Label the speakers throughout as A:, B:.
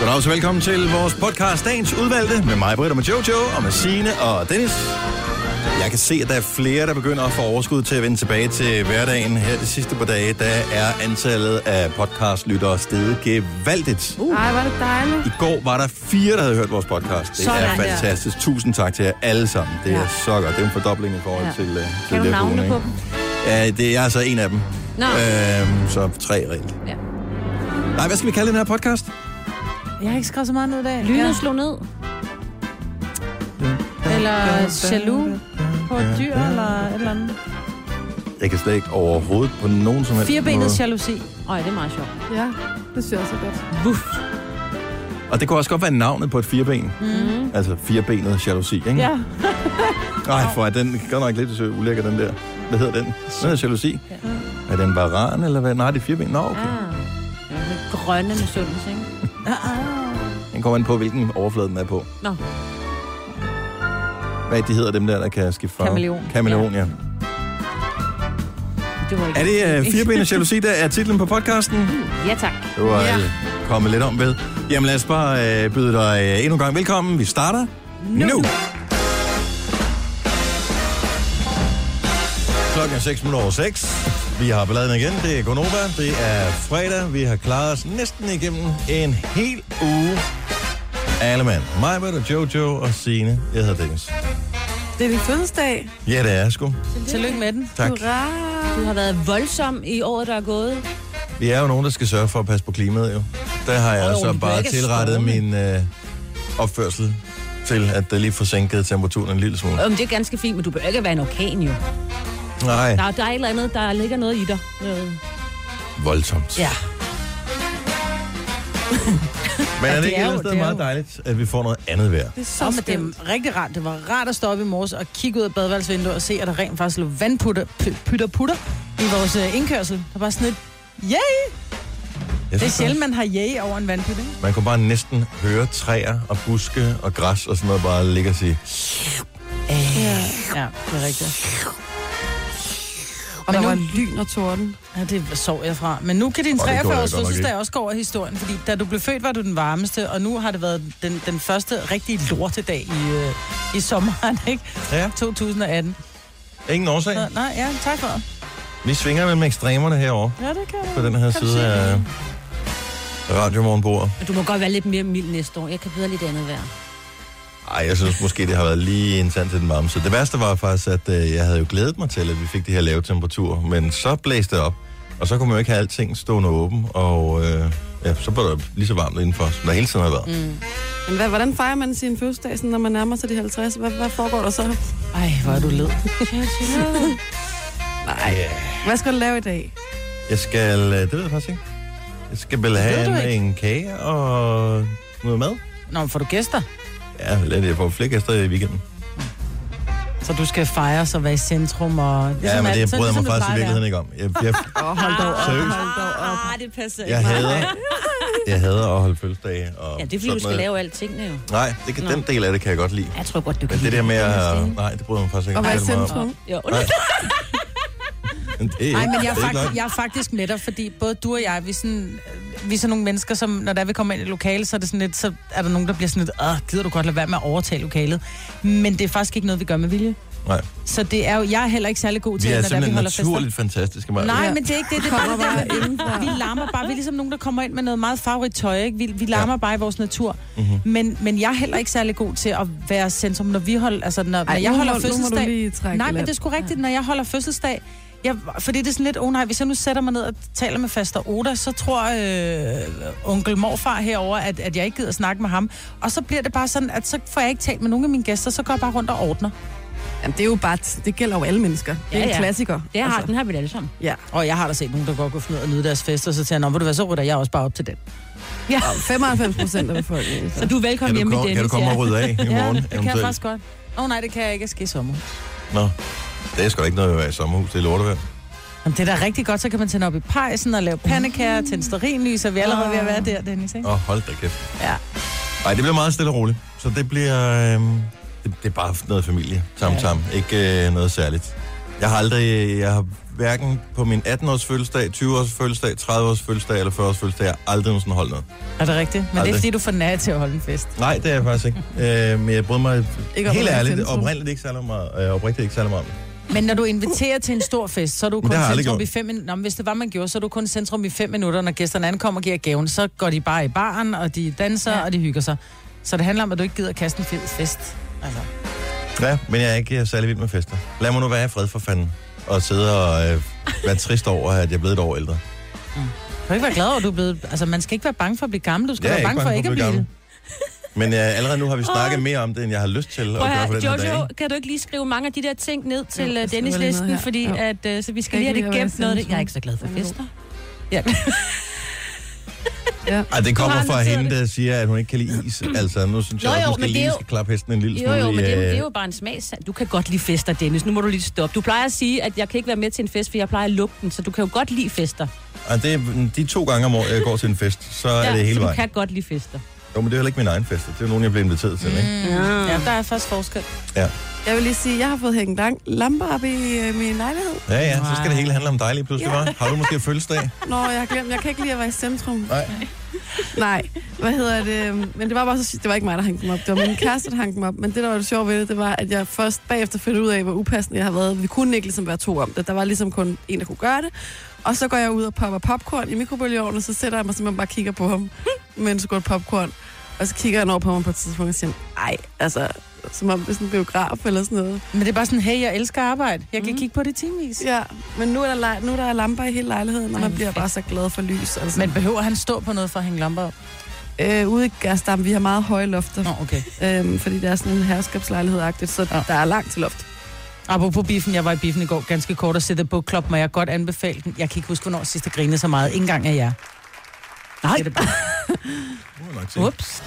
A: Goddag så velkommen til vores podcast Dagens Udvalgte med mig, Britt og med Jojo og med Signe og Dennis. Jeg kan se, at der er flere, der begynder at få overskud til at vende tilbage til hverdagen her de sidste par dage. Der er antallet af podcastlyttere steget gevaldigt.
B: Uh. Ej, var det dejligt.
A: I går var der fire, der havde hørt vores podcast. Det
B: Sådan
A: er
B: der.
A: fantastisk. Tusind tak til jer alle sammen. Det er
B: Ja.
A: så godt. Det er en fordobling i forhold
B: Ja.
A: til, uh, til
B: Kan du
A: det her
B: navne
A: corona,
B: på
A: ikke?
B: dem?
A: Ja, det er altså en af dem.
B: Nå.
A: Øhm, så tre rent.
B: Ja.
A: Nej, hvad skal vi kalde den her podcast?
C: Jeg har ikke skrevet så meget ned i dag.
B: Lynet
C: Ja.
B: slog ned.
C: Eller jaloux på et dyr, eller et eller andet.
A: Jeg kan slet ikke overhovedet på nogen som helst
C: Firebenet jalousi.
B: Øj, det er meget sjovt.
D: Ja, det synes jeg også er godt.
A: Og det kunne også godt være navnet på et fireben. Mm. Altså firebenet jalousi, ikke?
C: Ja.
A: Nej, for er den godt nok lidt så ulækker, den der. Hvad hedder den? Den er jalousi. Ja. Er den varan, eller hvad? Nej, det er fireben. Nå, okay.
B: Ah. Ja, det grønne med sundheds, ikke?
D: Ah,
A: Den kommer an på, hvilken overflade den er på.
B: Nå.
A: Hvad de hedder dem der, der kan skifte farve?
C: Kameleon.
A: Kameleon, ja. ja.
B: Det var ikke
A: Er det uh, firebenet jalousi, der er titlen på podcasten?
B: Ja, tak.
A: Det var ja. kommet lidt om ved. Jamen lad os bare øh, byde dig øh, endnu en gang velkommen. Vi starter nu. nu. Klokken er 6 minutter over 6. Vi har balladen igen. Det er Gonova. Det er fredag. Vi har klaret os næsten igennem en hel uge. Alle mand. Mig, og Jojo og Sine. Jeg hedder Dennis.
D: Det er din fødselsdag.
A: Ja, det er sgu.
C: Tillykke med den.
A: Tak.
D: Hurra!
B: Du har været voldsom i året, der er gået.
A: Vi er jo nogen, der skal sørge for at passe på klimaet, jo. Der har jeg
B: Åh,
A: oh,
B: vi
A: så
B: kan
A: bare
B: ikke
A: tilrettet
B: skåle.
A: min øh, opførsel til, at der lige får sænket temperaturen en lille smule.
C: Øh,
B: Øhm, det er ganske fint, men du behøver ikke at være en orkan, jo.
A: Nej,
B: Der, er- der er et eller andet, der ligger noget i dig. Noget.
A: voldsomt.
B: Ja.
A: Men er det
C: det
A: ikke
C: er
A: et eller
C: jo-
A: andet sted
C: det er
A: meget
C: jo-
A: dejligt, at vi får noget andet vejr?
D: Det er så
C: Så med
D: skønt.
C: dem rigtig rart. Det var rart at stå op i morges og kigge ud af badeværelsesvinduet og se, at der rent faktisk lå vandputter p- pytter, putter i vores øh, indkørsel. Der var sådan et, yay!
A: Jeg
C: Det er
A: synes
C: sjældent, man har yay over en vandputte. ikke?
A: også, Man kunne bare næsten høre træer og buske og græs og sådan noget bare ligge og sige,
C: Ja, det er rigtigt.
D: Og der
C: Men nu-
D: var lyn og torden.
C: Ja, det sov jeg fra. Men nu kan din
A: Åh, det gjorde jeg
C: 43-års
A: godt nok
C: fødselsdag
A: ikke.
C: også gå over i historien, fordi da du blev født, var du den varmeste, og nu har det været den, den første rigtige lortedag i, øh, i sommeren, ikke?
A: ja,
C: 2018.
A: ingen årsag.
C: Så, nej, ja, tak for det.
A: Vi svinger mellem ekstremerne herovre
C: Ja, det kan
A: på den her side af radiomorgenbordet.
B: Men Du må godt være lidt mere mild næste år. Jeg kan bedre lidt andet vejr.
A: Ej, jeg synes måske, det har været lige en tand til den varme. Så det værste var faktisk, at øh, jeg havde jo glædet mig til, at vi fik de her lave temperaturer. Men så blæste det op, og så kunne man jo ikke have alting stående åben. Og øh, ja, så blev det lige så varmt indenfor, som der hele tiden har været. Mm.
D: Men hvad, hvordan fejrer man sin fødselsdag, sådan, når man nærmer sig de 50? Hvad, hvad foregår der så?
C: Ej, hvor er du led.
D: Nej. Hvad skal du lave i dag?
A: Jeg skal, øh, det ved jeg faktisk ikke. Jeg skal vel
C: du
A: have
C: ikke?
A: en, en kage og noget mad.
C: Nå, men får du gæster?
A: Ja, lad det få flere gæster i weekenden.
C: Så du skal fejre og være i centrum og...
A: Ja, men det
C: altid,
A: bryder jeg mig
C: ligesom det
A: faktisk i
C: plejer at være.
A: virkeligheden ikke om. Jeg, jeg,
D: Åh, hold dog op.
A: Seriøst?
D: Hold dog op.
B: Ah, det passer
A: jeg, hader, jeg hader at holde fødselsdage. Og
B: Ja, det er fordi, du
A: sådan
B: skal
A: noget.
B: lave alle tingene, jo.
A: Nej, det kan, den del af det kan jeg godt lide.
B: Jeg tror godt, du kan
A: Men det
B: lide
A: der med at...
B: Stine.
A: Nej, det bryder jeg mig faktisk ikke
D: Og være i
A: særlig meget om.
D: centrum.
B: Jo,
A: Nej. Men det er
C: Nej,
A: ikke-
C: men jeg er,
A: det er ikke
C: faktisk,
A: nok.
C: jeg er faktisk med dig, fordi både du og jeg, vi er sådan, øh, vi er sådan nogle mennesker, som når der vi kommer ind i lokalet, så er, det sådan lidt, så er der nogen, der bliver sådan lidt, Åh, gider du godt lade være med at overtage lokalet? Men det er faktisk ikke noget, vi gør med vilje.
A: Nej,
C: Så det er jo, jeg er heller ikke særlig god
A: vi
C: til,
A: er
C: når der vi
A: simpelthen
C: holder fester.
A: naturligt fantastiske, Maja.
C: Nej,
D: Ja.
C: men det er ikke det. Det er
D: Kommer
C: bare,
D: bare
C: det der,
D: indenfra.
C: med- vi larmer bare. Vi er ligesom nogen, der kommer ind med noget meget farverigt tøj. Ikke? Vi, vi larmer ja. bare i vores natur. Mm-hmm. Men, men jeg er heller ikke særlig god til at være centrum, når vi holder... Altså, når, når
D: Ej,
C: jeg
D: nu
C: holder
D: må- nu må du
C: fødselsdag...
D: lige trække
C: nej, men
D: lidt.
C: det er sgu rigtigt, når jeg holder fødselsdag... Jeg, fordi det er sådan lidt, oh nej, hvis jeg nu sætter mig ned og taler med faster Oda, så tror øh, onkel morfar herover, at, at jeg ikke gider snakke med ham. Og så bliver det bare sådan, at så får jeg ikke talt med nogen af mine gæster, så går jeg bare rundt og ordner.
D: Jamen, det er jo bare... t- Det gælder jo alle mennesker. Det er
B: Ja,
D: en
B: ja.
D: klassiker. Altså.
B: Det har, den har vi da alle sammen.
D: Ja.
C: Og jeg har da set nogen, der godt kunne finde ud af at nyde deres fester, så tænker jeg, nå, ved du hvad, så rytter jeg også bare op til den.
B: Ja.
D: 95 procent af befolkningen.
B: Så du er
A: Kan
B: velkommen
A: du,
B: hjemme i
A: komme,
B: Dennis.
A: kan du komme og
B: ja.
A: rydde af i
C: Ja,
A: morgen?
C: det kan jeg
A: eventuelt?
C: faktisk godt. Åh oh, nej, det kan jeg ikke. Jeg skal i sommer.
A: Nå, det er sgu da ikke noget at være i sommerhus. Det er lortevejr.
C: Jamen, det er da rigtig godt, så kan man tænde op i pejsen og lave pandekager, tænde sterinlys, og vi er allerede ved at være der, Dennis, ikke?
A: Åh, oh, hold da kæft.
C: Ja.
A: Nej, det bliver meget stille og roligt. Så det bliver... Øhm, det, det er bare noget familie. Tam,
C: Ja.
A: tam. Ikke øh, noget særligt. Jeg har aldrig... Jeg har hverken på min 18-års fødselsdag, 20-års fødselsdag, 30-års fødselsdag eller 40-års fødselsdag. Jeg har aldrig nogensinde holdt noget.
C: Er det rigtigt? Men det
A: Aldrig.
C: er fordi, du får nær til at holde en fest.
A: Nej, det er jeg faktisk ikke. Øh, men jeg bryder mig
D: Ikke
A: ikke
D: om
A: helt
D: at være
A: ærligt,
D: centrum.
A: oprindeligt ikke særlig meget, øh, oprigtigt ikke særlig meget om det.
C: Men når du inviterer til en stor fest, så er du kun
A: det har jeg aldrig
C: centrum
A: gjort.
C: i fem minutter. hvis det var, man gjorde, så er du kun centrum i fem minutter. Når gæsterne ankommer og giver gaven, så går de bare i baren, og de danser,
B: Ja.
C: ja. og de hygger sig. Så det handler om, at du ikke gider at kaste en fed fest. Altså.
A: Ja, men jeg er ikke øh, særlig vild med fester. Lad mig nu være i fred for fanden. Og sidde og øh, være trist over, at jeg er blevet et år ældre.
C: Du kan ikke være glad over, at du er blevet... Altså, man skal ikke være bange for at blive gammel. Du skal
A: Jeg er
C: være bange for ikke at blive
A: gammel.
C: det.
A: Men øh, allerede nu har vi snakket mere om det, end jeg har lyst til at
B: Prøv at
A: gøre for
B: høre,
A: den her dag.
B: Jojo,
A: ikke?
B: kan du ikke lige skrive mange af de der ting ned til
D: Jo,
B: ja,
D: jeg skriver lige
B: Dennis-listen,
D: noget her.
B: fordi
D: Jo.
B: at, øh, så vi skal
D: Jeg
B: lige have
D: kan
B: det
D: ikke
B: gemt
D: lide at være
B: noget. af det.
D: centrum.
B: Jeg er ikke så glad for
D: Jeg er
B: fester.
D: Ja.
A: Ej, det kommer
B: Du har
A: fra
B: noteret
A: hende,
B: det.
A: der siger, at hun ikke kan lide is. Altså, nu synes
B: Nå
A: jeg, at
B: jo,
A: hun skal
B: men det er
A: lige
B: jo-
A: skal klappe hesten en lille
B: Jo,
A: smule.
B: jo, men det er, jo,
A: øh,
B: det er jo bare en smagssag. Du kan godt lide fester, Dennis. Nu må du lige stoppe. Du plejer at sige, at jeg kan ikke være med til en fest, for jeg plejer at lukke den, så du kan jo godt lide fester.
A: Og det er de to gange om året, jeg går til en fest, så er det
B: så
A: hele
B: du
A: vejen.
B: kan godt lide fester.
A: Jo, men det er heller ikke min egen fest. Det er jo nogen, jeg blev inviteret til, ikke?
C: Mm. Ja, der er først forskel.
D: Jeg vil lige sige, at jeg har fået hængt lang- lamper op i øh, min lejlighed.
A: Ja, ja, så skal det
C: Nej.
A: hele handle om dig lige pludselig,
D: Ja.
A: hva'? Har du måske fødselsdag?
D: Nå, jeg har glemt. Jeg kan ikke lide at være i centrum.
A: Nej.
D: Nej, hvad hedder det? Men det var bare så sy- Det var ikke mig, der hang dem op. Det var min kæreste, der hang dem op. Men det, der var det sjove ved det, det var, at jeg først bagefter fandt ud af, hvor upassende jeg har været. Vi kunne ikke ligesom være to om det. Der var ligesom kun en, der kunne gøre det. Og så går jeg ud og popper popcorn i mikrobølgeovnen, og så sætter jeg mig simpelthen bare og kigger på ham, mens går popcorn. Og så kigger han over på mig på et tidspunkt og siger, nej, altså, som om det er sådan en biograf eller sådan noget. Mm.
C: Men det er bare sådan, hey, jeg elsker arbejde. Jeg kan
B: Mhm.
C: kigge på det timevis.
D: Ja, men nu er der, lej- nu er der lamper i hele lejligheden, og
B: Ej,
D: man
B: hvor
D: bliver
B: fedt.
D: bare så glad for lys. Altså.
C: Men behøver han stå på noget for at hænge lamper op?
D: øh, ude i Gerstam, vi har meget høje lofter.
C: Nå, okay.
D: øhm, fordi det er sådan en herskabslejlighed-agtigt, så
C: Ja.
D: ja. der er langt til loft.
C: Apropos biffen, jeg var i biffen i går ganske kort og sætte på klop, må jeg godt anbefale den. Jeg kan ikke huske, hvornår sidst jeg grinede så meget. Ikke engang af jer.
B: Nej,
C: Det er det bare.
A: Det må jeg nok sige.
B: ups.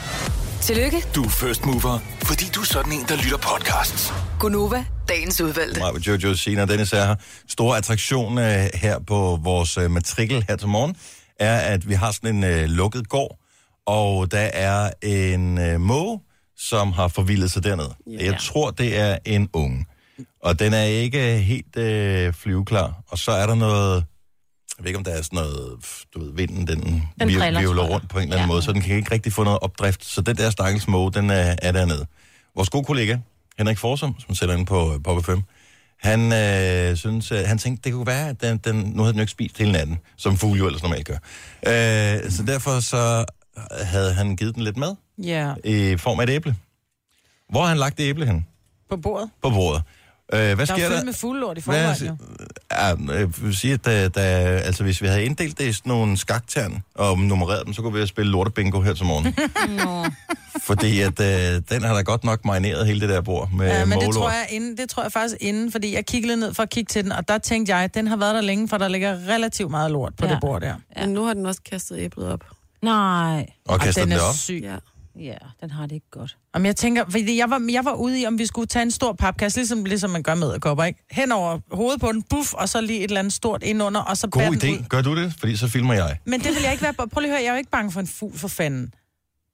E: Tillykke,
F: Du er first mover, fordi du er sådan en, der lytter podcasts.
E: Gunova, dagens udvalgte.
A: Mig, Jojo, Sina og Dennis er her. Stor attraktion øh, her på vores øh, matrikel her til morgen, er, at vi har sådan en øh, lukket gård, og der er en øh, måge, som har forvildet sig dernede.
D: Ja.
A: Jeg tror, det er en unge. Og den er ikke helt øh, flyveklar. Og så er der noget... Jeg ved ikke, om der er sådan noget... Du ved, vinden, den,
B: Den
A: den
B: driller,
A: vivler
B: tror jeg.
A: rundt på en eller anden
B: Ja.
A: måde, så den kan ikke rigtig få noget opdrift. Så den der stakkels måge, den er, er dernede. Vores gode kollega, Henrik Forsum, som sætter ind på øh, Pop 5, han, øh, synes, øh, han tænkte, det kunne være, at den, den, nu havde den jo ikke spist hele natten, som fugle jo ellers normalt gør. Øh, så derfor så havde han givet den lidt mad
C: Ja,
A: i form af et æble. Hvor har han lagt det æble hen?
C: på bordet.
A: På bordet. Øh, hvad
C: Der
A: sker
C: er
A: der?
C: fyldt med fuldlort i
A: Hvad er
C: forvejen, jo.
A: Ja, jeg vil sige, at der, der, altså, hvis vi havde inddelt det i sådan nogle skaktern og nummereret dem, så kunne vi have spillet lortebingo her til morgen.
B: Nå.
A: Fordi at, øh, den har da godt nok marineret hele det der bord med
C: Ja, men det
A: målort.
C: tror, jeg inden, det tror jeg faktisk inden, fordi jeg kiggede ned for at kigge til den, og der tænkte jeg, at den har været der længe, for der ligger relativt meget lort på
B: Ja.
C: ja. det bord der.
D: Ja. Men nu har den også kastet æblet op.
B: Nej.
A: Og kaster
C: den
A: den,
C: er
A: op.
C: syg.
D: Ja.
B: Ja, den har det ikke godt.
C: Jamen, jeg tænker, fordi jeg var, jeg var ude i, om vi skulle tage en stor papkasse, ligesom, ligesom man gør med æderkopper, ikke? Hen over hovedet på den, buff, og så lige et eller andet stort indunder, og så
A: God
C: bærer den ud.
A: idé. Gør du det? Fordi så filmer jeg.
C: Men det vil jeg ikke være... Prøv lige at høre, jeg er jo ikke bange for en fugl for fanden.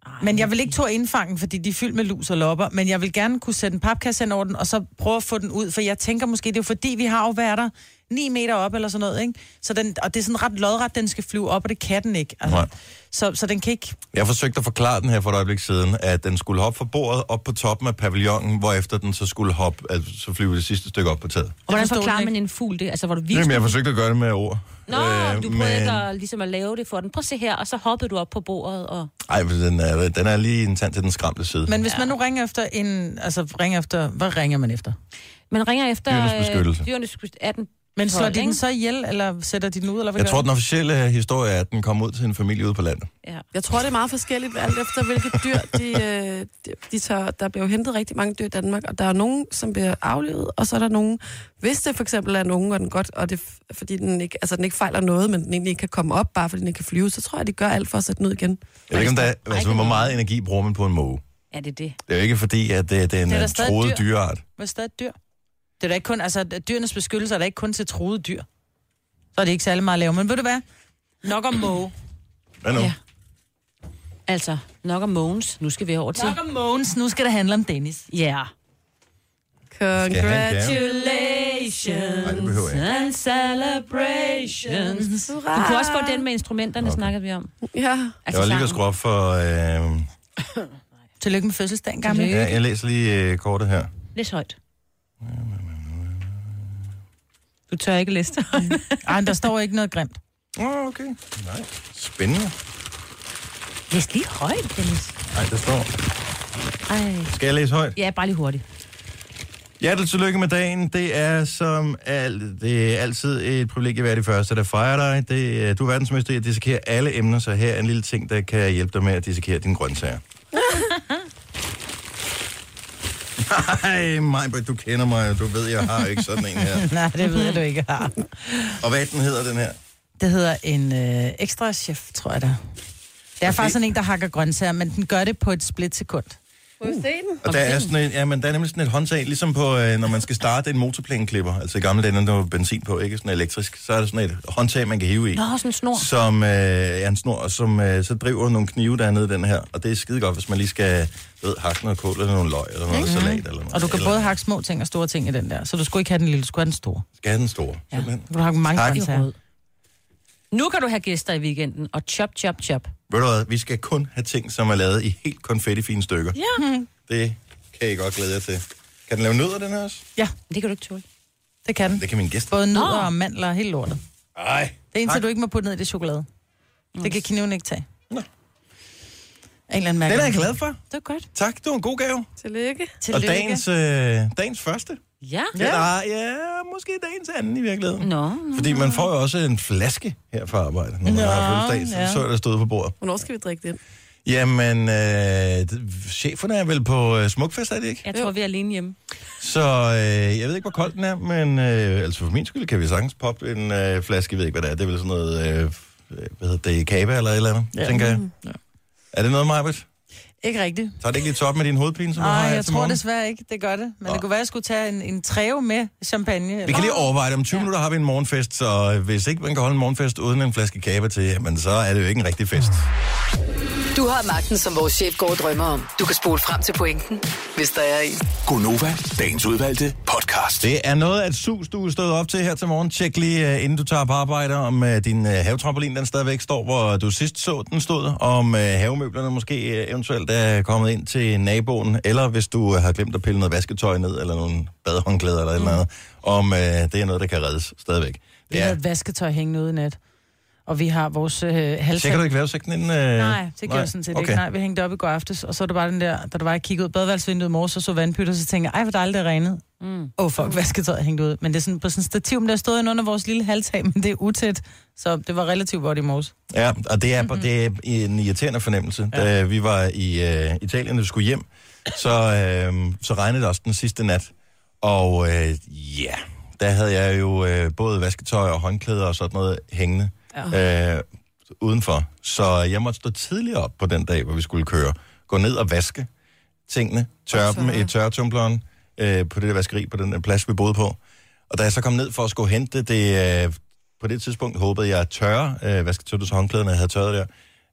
B: Ej,
C: Men jeg vil ikke tog indfangen, fordi de er fyldt med lus og lopper. Men jeg vil gerne kunne sætte en papkasse hen over den, og så prøve at få den ud. For jeg tænker måske, det er jo fordi, vi har jo været der 9 meter op eller sådan noget, ikke? Så den, og det er sådan ret lodret, den skal flyve op, og det kan den ikke.
A: Nej.
C: Altså, så, så den kan ikke...
A: Jeg forsøgte at forklare den her for et øjeblik siden, at den skulle hoppe fra bordet op på toppen af pavillonen, hvorefter den så skulle hoppe, altså, så flyve det sidste stykke op på taget.
B: Og hvordan
C: forstår den
B: forklarer
C: ikke.
B: man en fugl det? Altså, hvor du viser...
A: Jamen, jeg forsøgte at gøre det med ord.
B: Nå, øh, du prøvede men... at, ligesom at lave det for den. Prøv at se her, og så hoppede du op på bordet. Og...
A: Ej, for den er, den er lige en tand til den skræmte side.
C: Men hvis ja. man nu ringer efter en... Altså, ringer efter... Hvad ringer man efter?
B: Man ringer efter...
A: Dyrenes
B: øh,
A: beskyttelse.
B: Dyrenes beskyttelse. 18.
C: Men slår
B: Hold,
C: de den
B: ikke?
C: så ihjel, eller sætter de den ud, eller hvad
A: Jeg
C: gør
A: tror,
C: de?
A: den officielle historie er, at den kom ud til en familie ude på landet.
B: Ja.
D: Jeg tror, det er meget forskelligt, alt efter hvilke dyr, de, øh, de, de tager, der bliver jo hentet rigtig mange dyr i Danmark, og der er nogen, som bliver aflevet, og så er der nogen, hvis det for eksempel er en unge, og den godt, og det, er fordi den ikke, altså, den ikke fejler noget, men den egentlig ikke kan komme op, bare fordi den ikke kan flyve, så tror jeg, de gør alt for at sætte den ud igen.
A: Jeg ved ikke, om der, er-
B: Ej,
A: altså,
B: det
A: hvor
B: er-
A: meget energi bruger man på en måge.
B: Er det det?
A: Det er jo ikke fordi, at det, det er en
C: Det er da
A: øh,
C: stadig
A: troet
C: dyr. Altså,
A: dyreart.
C: Hvad stadig et dyr? Det er da ikke kun, altså dyrenes beskyttelse er da ikke kun til troede dyr. Så er det ikke særlig meget at lave. Men ved du hvad? Nok om måge.
A: Hvad nu?
B: Ja. Altså, nok om Mogens. Nu skal vi over til...
C: Nok om Mogens. Nu skal det handle om Dennis.
B: Ja. Yeah.
A: Skal jeg have en gave?
D: Congratulations!
B: Congratulations
A: Ej, det behøver jeg
B: and celebrations.
D: Hurra!
B: Du kunne også få den med instrumenterne, okay. snakkede vi om. Altså,
D: Ja.
A: Jeg var lige ved at
B: sangen.
A: skrue op for... Øh,
C: Tillykke med fødselsdagen, gamle.
B: Tillykke.
A: ja, jeg læser lige øh, kortet her.
B: Læs højt. Du tør ikke læse det højt.
C: Ej, men der står ikke noget grimt.
A: Åh, oh, okay. Nej. Spændende.
B: Læs lige højt, Dennis.
A: Nej, der står...
B: Ej.
A: Skal jeg læse højt?
B: Ja, bare lige hurtigt.
A: Hjertelig tillykke med dagen. Det er som al, det er altid et privilegie at være det første, der fejrer dig. Det, er- du er verdensmester i at dissekere alle emner, så her er en lille ting, der kan hjælpe dig med at dissekere dine grøntsager. Nej, Majbert, du kender mig, og du ved, jeg har ikke sådan en her.
C: Nej, det ved jeg, du ikke har.
A: Og hvad den hedder, den her?
C: Det hedder en øh, ekstra chef, tror jeg da. Det er faktisk sådan en, der hakker grøntsager, men den gør det på et splitsekund.
D: Må vi se den?
A: Og der er, sådan en, ja, men der er nemlig sådan et håndtag, ligesom på, øh, når man skal starte en motorplæneklipper. Altså i gamle dage, når der var benzin på, ikke sådan elektrisk. Så er der sådan et håndtag, man kan hive i.
B: Nå, sådan en snor.
A: som øh, er en snor, og som øh, så driver nogle knive dernede i den her. Og det er skide godt, hvis man lige skal ved, hakke noget kål eller nogle løg eller noget
C: Mhm.
A: salat. Eller noget,
C: Mm-hmm. Og du kan
A: eller,
C: både hakke små ting og store ting i den der, så du skulle ikke have den lille, du skulle have den store.
A: Skal have den store.
C: Ja.
A: Ja.
C: Du hakke mange
A: Tak.
C: grøntsager.
B: Rød. Nu kan du have gæster i weekenden, og chop, chop, chop.
A: Ved du hvad, vi skal kun have ting, som er lavet i helt konfettifine stykker. Ja.
C: Hmm.
A: Det kan I godt glæde jer til. Kan den lave nødder, den her også?
C: Ja,
B: Det kan du ikke tåle.
C: det kan den.
A: Det kan min gæst.
C: Både nødder
B: Nå.
C: og mandler og hele lortet.
A: Ej.
C: Det er indtil
A: tak.
C: du ikke må putte ned i det chokolade.
B: Mm.
C: Det kan kniven ikke tage.
A: Nå.
C: En eller anden mærke.
A: Den er jeg glad for.
C: Det er godt.
A: Tak, det var en god gave.
D: Tillykke.
A: Og
C: Tillykke.
A: dagens, øh, dagens første.
B: Ja.
A: Ja. Eller, ja, måske dagens anden i virkeligheden.
B: Nå,
A: Fordi man får jo også en flaske her fra arbejde, når man har fødselsdag, så,
C: ja.
A: så er der stået på bordet.
D: Hvornår skal vi drikke den?
A: Jamen, øh, d- cheferne er vel på øh, smukfest, er det ikke?
B: jeg tror, vi er alene hjemme.
A: Så øh, jeg ved ikke, hvor kold den er, men øh, altså for min skyld kan vi sagtens poppe en øh, flaske, jeg ved ikke, hvad det er. Det er vel sådan noget, øh, hvad hedder det, kaba eller et eller andet, ja. tænker jeg. Ja. Er det noget, Majbet?
C: Ikke rigtigt.
A: Tager det ikke lidt top med din hovedpine, som du
C: Nej,
A: har her
C: jeg
A: til
C: tror
A: morgen?
C: desværre ikke, det gør det. Men
A: Nå.
C: det kunne være, at jeg skulle tage en, en træve med champagne.
A: Vi
C: Eller?
A: kan lige overveje det. Om 20 minutter har vi en morgenfest, så øh, hvis ikke man kan holde en morgenfest uden en flaske kaba til, jamen så er det jo ikke en rigtig fest.
E: Du har magten, som vores chef går og drømmer om. Du kan spole frem til pointen, hvis der er en.
F: Gonova, dagens udvalgte podcast.
A: Det er noget af et sus, du er stået op til her til morgen. Tjek lige, øh, inden du tager på arbejde, om øh, din øh, havetrampolin den stadigvæk står, hvor du sidst så den stod. Om øh, havemøblerne måske øh, eventuelt er kommet ind til naboen. Eller hvis du øh, har glemt at pille noget vasketøj ned, eller nogle badehåndklæder eller et
C: Mm.
A: eller andet. Om øh, det er noget, der kan reddes stadigvæk.
C: Vi havde
A: Ja.
C: et vasketøj hængende ude i nat. Og vi har vores øh,
A: Tjekker
C: halvtand.
A: du ikke vejrudsigten inden? Øh...
C: Nej, det gjorde jeg sådan set okay. ikke. Nej, vi hængte op i går aftes, og så var det bare den der, da der var, jeg kiggede ud af badeværelsesvinduet i morges, og så vandpytter, så tænkte jeg, ej, hvor dejligt det regnede. Åh, mm. oh, fuck, vasketøjet hængte ud. Men det er sådan, på sådan et stativ, men der stod ind under vores lille halvtag, men det er utæt, så det var relativt godt i morges.
A: Ja, og det er, mm-hmm. det er en irriterende fornemmelse. Ja. Da vi var i øh, Italien, og vi skulle hjem, så, øh, så regnede det også den sidste nat. Og øh, ja, der havde jeg jo øh, både vasketøj og håndklæder og sådan noget hængende ja. øh, udenfor. Så jeg måtte stå tidligere op på den dag, hvor vi skulle køre. Gå ned og vaske tingene, tørre dem i tørretumbleren øh, på det der vaskeri på den der plads, vi boede på. Og da jeg så kom ned for at skulle hente det, øh, på det tidspunkt håbede jeg at tørre øh, vasketøjets håndklæderne, jeg havde tørret der.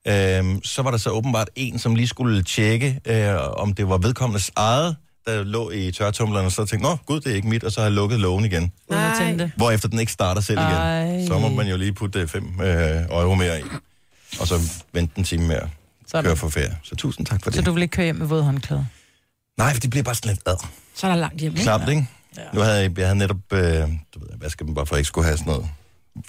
A: Øhm, så var der så åbenbart en, som lige skulle tjekke, øh, om det var vedkommendes eget, der lå i tørretumbleren, og så tænkte, nå gud, det er ikke mit, og så har jeg lukket lågen igen.
C: Uden at
D: Nej.
C: tænde det.
A: Hvorefter den ikke starter selv igen.
C: Ej.
A: Så må man jo lige putte øh, fem øh, euro mere i, og så vente en time mere.
C: Sådan.
A: Køre for ferie. Så tusind tak for det.
C: Så du vil ikke køre hjem med våde håndklæder?
A: Nej, for det bliver bare sådan lidt ad.
B: Så er der langt hjemme, ikke?
A: Klamt, ikke? Ja. Nu havde jeg, jeg havde netop, øh, du ved, jeg vaskede dem bare for, at jeg ikke skulle have sådan noget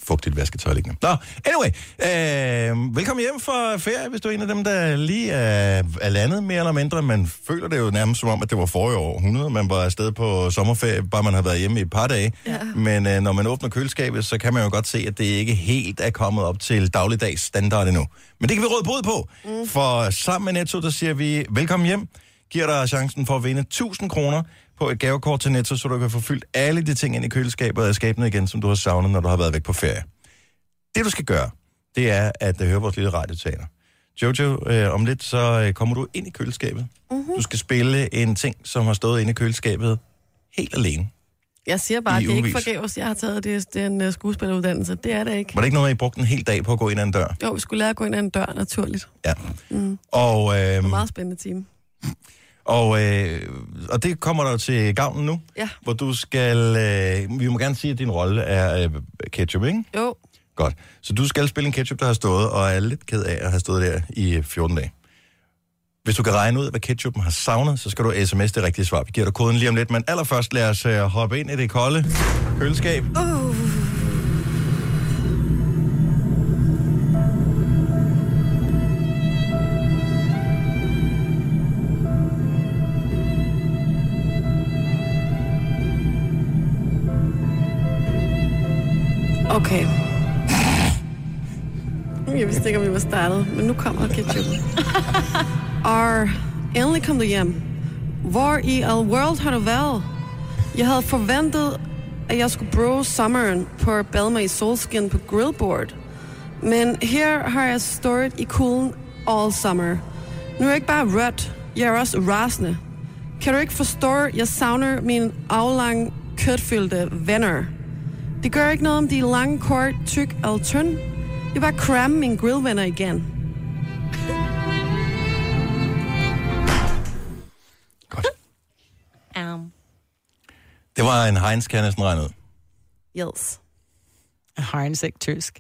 A: fugtigt vasketøj liggende. Nå, anyway. Øh, velkommen hjem fra ferie, hvis du er en af dem, der lige er, er landet mere eller mindre. Man føler det jo nærmest som om, at det var forrige århundrede. Man var afsted på sommerferie, bare man har været hjemme i et par dage. Ja. Men øh, når man åbner køleskabet, så kan man jo godt se, at det ikke helt er kommet op til dagligdags standard endnu. Men det kan vi råde bod på. Mm. For sammen med Netto, der siger vi velkommen hjem giver dig chancen for at vinde 1000 kroner på et gavekort til Netto, så du kan få fyldt alle de ting ind i køleskabet og skabene igen, som du har savnet, når du har været væk på ferie. Det du skal gøre, det er at øh, høre vores lille radioteater. Jojo, øh, om lidt så øh, kommer du ind i køleskabet.
D: Mhm.
A: Mm-hmm. Du skal spille en ting, som har stået inde i køleskabet helt alene.
D: Jeg siger bare,
A: I
D: at det er ikke
A: ugevis.
D: forgæves. Jeg har taget det, den øh, skuespilleruddannelse. Det er det ikke.
A: Var det ikke noget, med, I brugte en hel dag på at gå ind ad en dør?
D: Jo, vi skulle lære at gå ind ad en dør naturligt.
A: Ja. Mm. Og, øh,
D: Meget spændende time.
A: Og, øh, og det kommer der jo til gavnen nu,
D: Ja.
A: hvor du skal... Øh, vi må gerne sige, at din rolle er øh, ketchup, ikke?
D: Jo,
A: Godt. Så du skal spille en ketchup, der har stået og er lidt ked af at have stået der i øh, 14 dage. Hvis du kan regne ud, hvad ketchupen har savnet, så skal du sms det rigtige svar. Vi giver dig koden lige om lidt, men allerførst lad os øh, hoppe ind i det kolde køleskab. Uh.
D: okay. Jeg vidste ikke, om vi var startet, men nu kommer ketchup. Og endelig kom du hjem. Hvor i al world har du været? Jeg havde forventet, at jeg skulle bruge sommeren på Belma i Solskin på grillboard. Men her har jeg stået i kulden all summer. Nu er jeg ikke bare rødt, jeg er også rasende. Kan du ikke forstå, at jeg savner mine aflange, kødfyldte venner? Det gør ikke noget, om de er lange, kort, tyk eller tynd. Jeg vil bare kramme mine grillvenner igen.
A: Godt.
B: Um.
A: Det var en Heinz, kan jeg næsten regne ud.
D: Yes.
C: Er Heinz ikke tysk?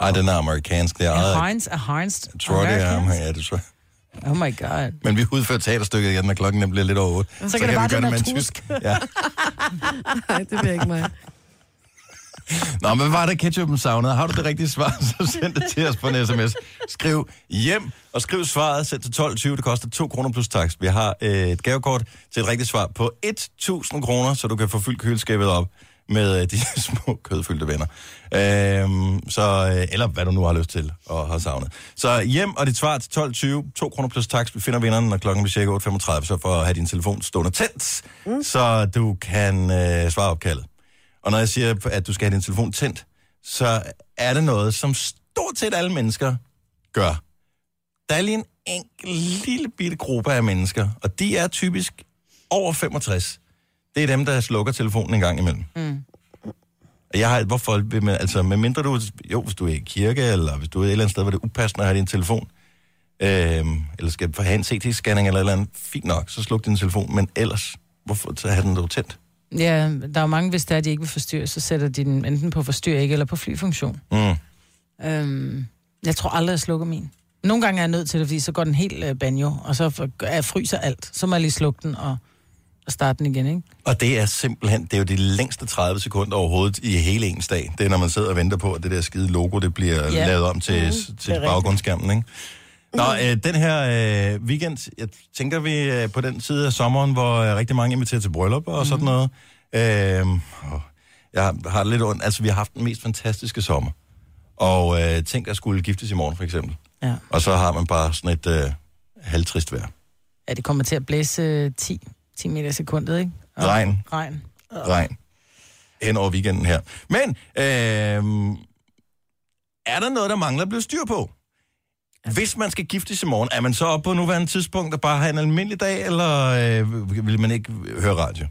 A: Ej, den er amerikansk. Det er ejet af-
C: Er Heinz, er Heinz
A: Jeg tror, det er
C: Americans?
A: Ja, det tror jeg.
C: Oh my god.
A: Men vi udfører teaterstykket igen, når klokken den bliver lidt over 8. Så,
C: kan det
A: vi
C: være, den
A: med
C: er
A: en
C: tysk.
A: Ja.
D: Nej, det bliver ikke mig.
A: Nå, men hvad var det ketchupen savnede? Har du det rigtige svar, så send det til os på en sms. Skriv hjem, og skriv svaret, send til 12.20. Det koster 2 kroner plus tax. Vi har øh, et gavekort til et rigtigt svar på 1.000 kroner, så du kan få fyldt køleskabet op med øh, de små kødfyldte venner. Øhm, så, øh, eller hvad du nu har lyst til og har savnet. Så hjem og dit svar til 12.20. 2 kroner plus tax. Vi finder vinderen, når klokken bliver cirka 8.35, så for at have din telefon stående tændt, mm. så du kan øh, svare opkaldet. Og når jeg siger, at du skal have din telefon tændt, så er det noget, som stort set alle mennesker gør. Der er lige en enkelt lille bitte gruppe af mennesker, og de er typisk over 65. Det er dem, der slukker telefonen en gang imellem. Mm. Jeg har, hvorfor, vil man- altså, med mindre du, jo, hvis du er i kirke, eller hvis du er et eller andet sted, hvor det er upassende at have din telefon, øhm, eller skal have en CT-scanning eller et eller andet, fint nok, så sluk din telefon, men ellers, hvorfor så have den dog tændt?
C: Ja, der er jo mange, hvis det er, de ikke vil forstyrre, så sætter de den enten på forstyr ikke, eller på flyfunktion.
A: Mm.
C: Øhm, jeg tror aldrig, jeg slukker min. Nogle gange er jeg nødt til det, fordi så går den helt øh, banjo, og så f- jeg fryser alt. Så må jeg lige slukke den og, og starte den igen, ikke?
A: Og det er simpelthen, det er jo de længste 30 sekunder overhovedet i hele ens dag. Det er, når man sidder og venter på, at det der skide logo, det bliver
C: Ja.
A: lavet om til, til baggrundsskærmen, ikke? Nå, øh, den her øh, weekend, jeg tænker vi øh, på den side af sommeren, hvor øh, rigtig mange inviterer til bryllup og mm. sådan noget. Øh, åh, jeg har det lidt ondt. Altså, vi har haft den mest fantastiske sommer. Og øh, tænk at skulle giftes i morgen, for eksempel.
C: Ja.
A: Og så har man bare sådan et øh, halvtrist vejr.
C: ja det kommer til at blæse øh, 10, 10 meter i sekundet, ikke? Og
A: Regn.
C: Regn.
A: regn hen over weekenden her. Men øh, er der noget, der mangler at blive styr på? Hvis man skal giftes i morgen, er man så oppe på nuværende tidspunkt og bare have en almindelig dag, eller øh, vil man ikke høre radio?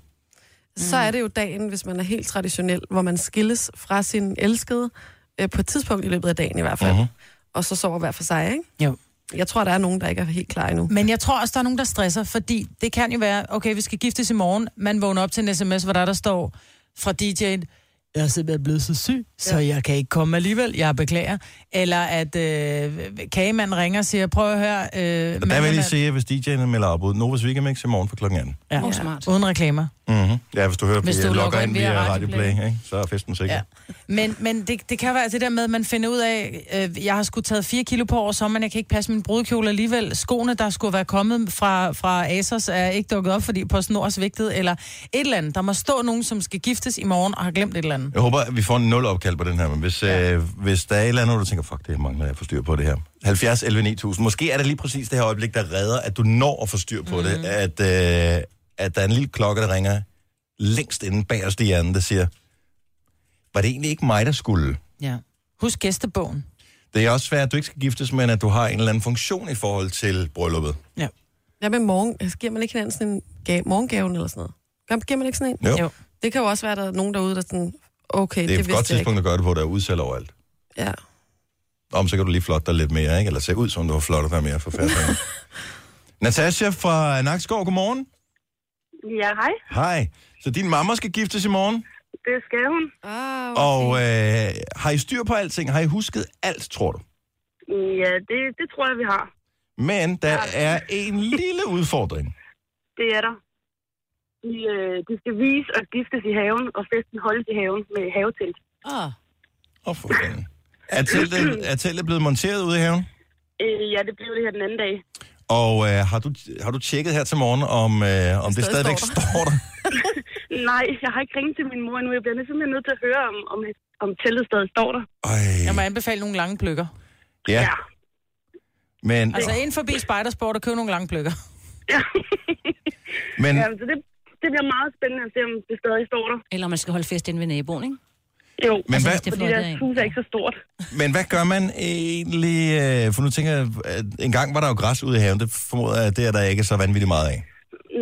D: Så er det jo dagen, hvis man er helt traditionel, hvor man skilles fra sin elskede, øh, på et tidspunkt i løbet af dagen i hvert
A: Mhm.
D: fald. Uh-huh. Og så sover hver for sig, ikke?
C: Jo.
D: Jeg tror, der er nogen, der ikke er helt klar endnu.
C: Men jeg tror også, der er nogen, der stresser, fordi det kan jo være, okay, vi skal giftes i morgen, man vågner op til en sms, hvor der, der står fra DJ'en, jeg er simpelthen blevet så syg, så jeg kan ikke komme alligevel, jeg beklager. Eller at øh, kagemanden ringer og siger, prøv at høre... Øh,
A: Og der
C: mandag
A: vil jeg lige
C: nat."
A: sige, at hvis DJ'en melder afbud, Novas Weekend i morgen fra klokken 18.
C: Ja.
B: Oh, smart.
C: Uden reklamer.
A: Mm-hmm. Ja, hvis du hører,
C: Hvis
A: hvis
C: du
A: du logger
C: logger
A: ind
C: ind via
A: via
C: Radio
A: Radioplay, ikke? så er festen sikker. Ja.
C: Ja. Men, men det, det kan være altså det der med, at man finder ud af, øh, jeg har sgu taget 4 kilo på over sommeren, jeg kan ikke passe min brudkjole alligevel. Skoene, der skulle være kommet fra, fra Asos, er ikke dukket op, fordi på snor er svigtet, eller et eller andet. Der må stå nogen, som skal giftes i morgen og har glemt et eller andet.
A: Jeg håber, at vi får en nul opkald på den her, men hvis, ja. øh, hvis der er et eller andet, hvor du tænker, fuck, det mangler jeg at få styr på det her. 70 11 9000. Måske er det lige præcis det her øjeblik, der redder, at du når at få styr på mm. det. At, øh, at der er en lille klokke, der ringer længst inde bagerst i hjernen, der siger, var det egentlig ikke mig, der skulle?
C: Ja. Husk gæstebogen.
A: Det er også svært, at du ikke skal giftes, men at du har en eller anden funktion i forhold til brylluppet.
C: Ja.
D: Ja, men morgen, altså, giver man ikke hinanden sådan en ga- morgengaven eller sådan noget? Gør- Giver man ikke sådan en?
A: Jo.
C: Jo.
D: Det kan jo også være, at der er nogen derude, der sådan, okay, det,
A: Det er et
D: vidste
A: godt
D: jeg ikke.
A: tidspunkt at gøre det på, der er udsalg overalt.
D: Ja.
A: om så kan du lige flotte dig lidt mere, ikke? Eller se ud, som du har flottet dig mere for færdig. Natasha fra Nakskov, godmorgen.
G: Ja, hej.
A: Hej. Så din mamma skal giftes i morgen,
G: Det skal hun.
D: Ah,
A: og øh, har I styr på alting? Har I husket alt, tror du?
G: Ja, det, det tror jeg, vi har.
A: Men der er en lille udfordring.
G: Det er der. De, øh, de skal vise og giftes i haven, og festen holdes i haven med havetelt.
D: Ah.
B: Åh,
A: Åh, for fanden. er, teltet, er teltet blevet monteret ude i haven?
G: Øh, ja, det blev det her den anden dag.
A: Og øh, har, du, har du tjekket her til morgen, om, øh, om det stadigvæk står der?
G: Nej, jeg har ikke ringet til min mor endnu. Jeg bliver næsten simpelthen nødt til at høre, om, om, om teltet stadig står der.
C: Jeg må
A: Ej,
C: anbefale nogle lange pløkker.
A: ja, men,
C: Altså ind forbi Spidersport og køb nogle lange pløkker.
G: ja.
A: men
G: ja så det, det bliver meget spændende at se, om det stadig står der.
B: eller man skal holde fest inde ved naboen, ikke?
G: Jo,
A: Men
B: Altså,
A: hvad-
B: hvis det er
G: fordi
B: flot
G: deres
B: derinde.
G: hus er ikke så stort.
A: Men hvad gør man egentlig? øh, For nu tænker jeg, at en gang var der jo græs ude i haven. Det formoder jeg, at det er der ikke så vanvittigt meget af.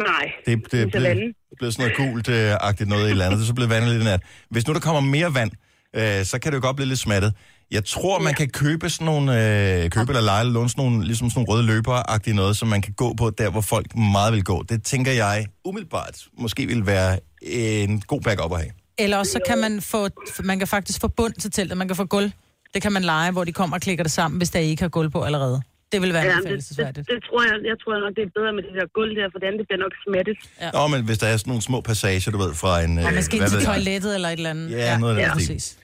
G: Nej,
A: Det, det er blevet, blevet sådan noget gult-agtigt noget i landet. Det er så blevet vandet lidt i nat. Hvis nu der kommer mere vand, øh, så kan det jo godt blive lidt smattet. Jeg tror, man kan købe sådan nogle, øh, købe eller lege eller låne sådan nogle, ligesom sådan nogle røde løbere noget, som man kan gå på der, hvor folk meget vil gå. Det tænker jeg umiddelbart måske vil være en god backup at have.
C: Eller også så kan man få, man kan faktisk få bund til teltet, man kan få gulv. Det kan man lege, hvor de kommer og klikker det sammen, hvis der ikke har gulv på allerede. Det vil være ja,
G: Ja, det, det,
C: anbefalelsesværdigt.
G: det, tror jeg, jeg tror nok, det er bedre med det der gulv der, for det andet bliver nok smattet.
C: Ja.
A: Nå, men hvis der er sådan nogle små passager, du ved, fra en... Øh,
C: Og måske ind
A: ved
C: til
A: jeg.
C: toilettet eller et eller andet.
A: Ja, noget af den
C: ja.
A: stil.
C: præcis.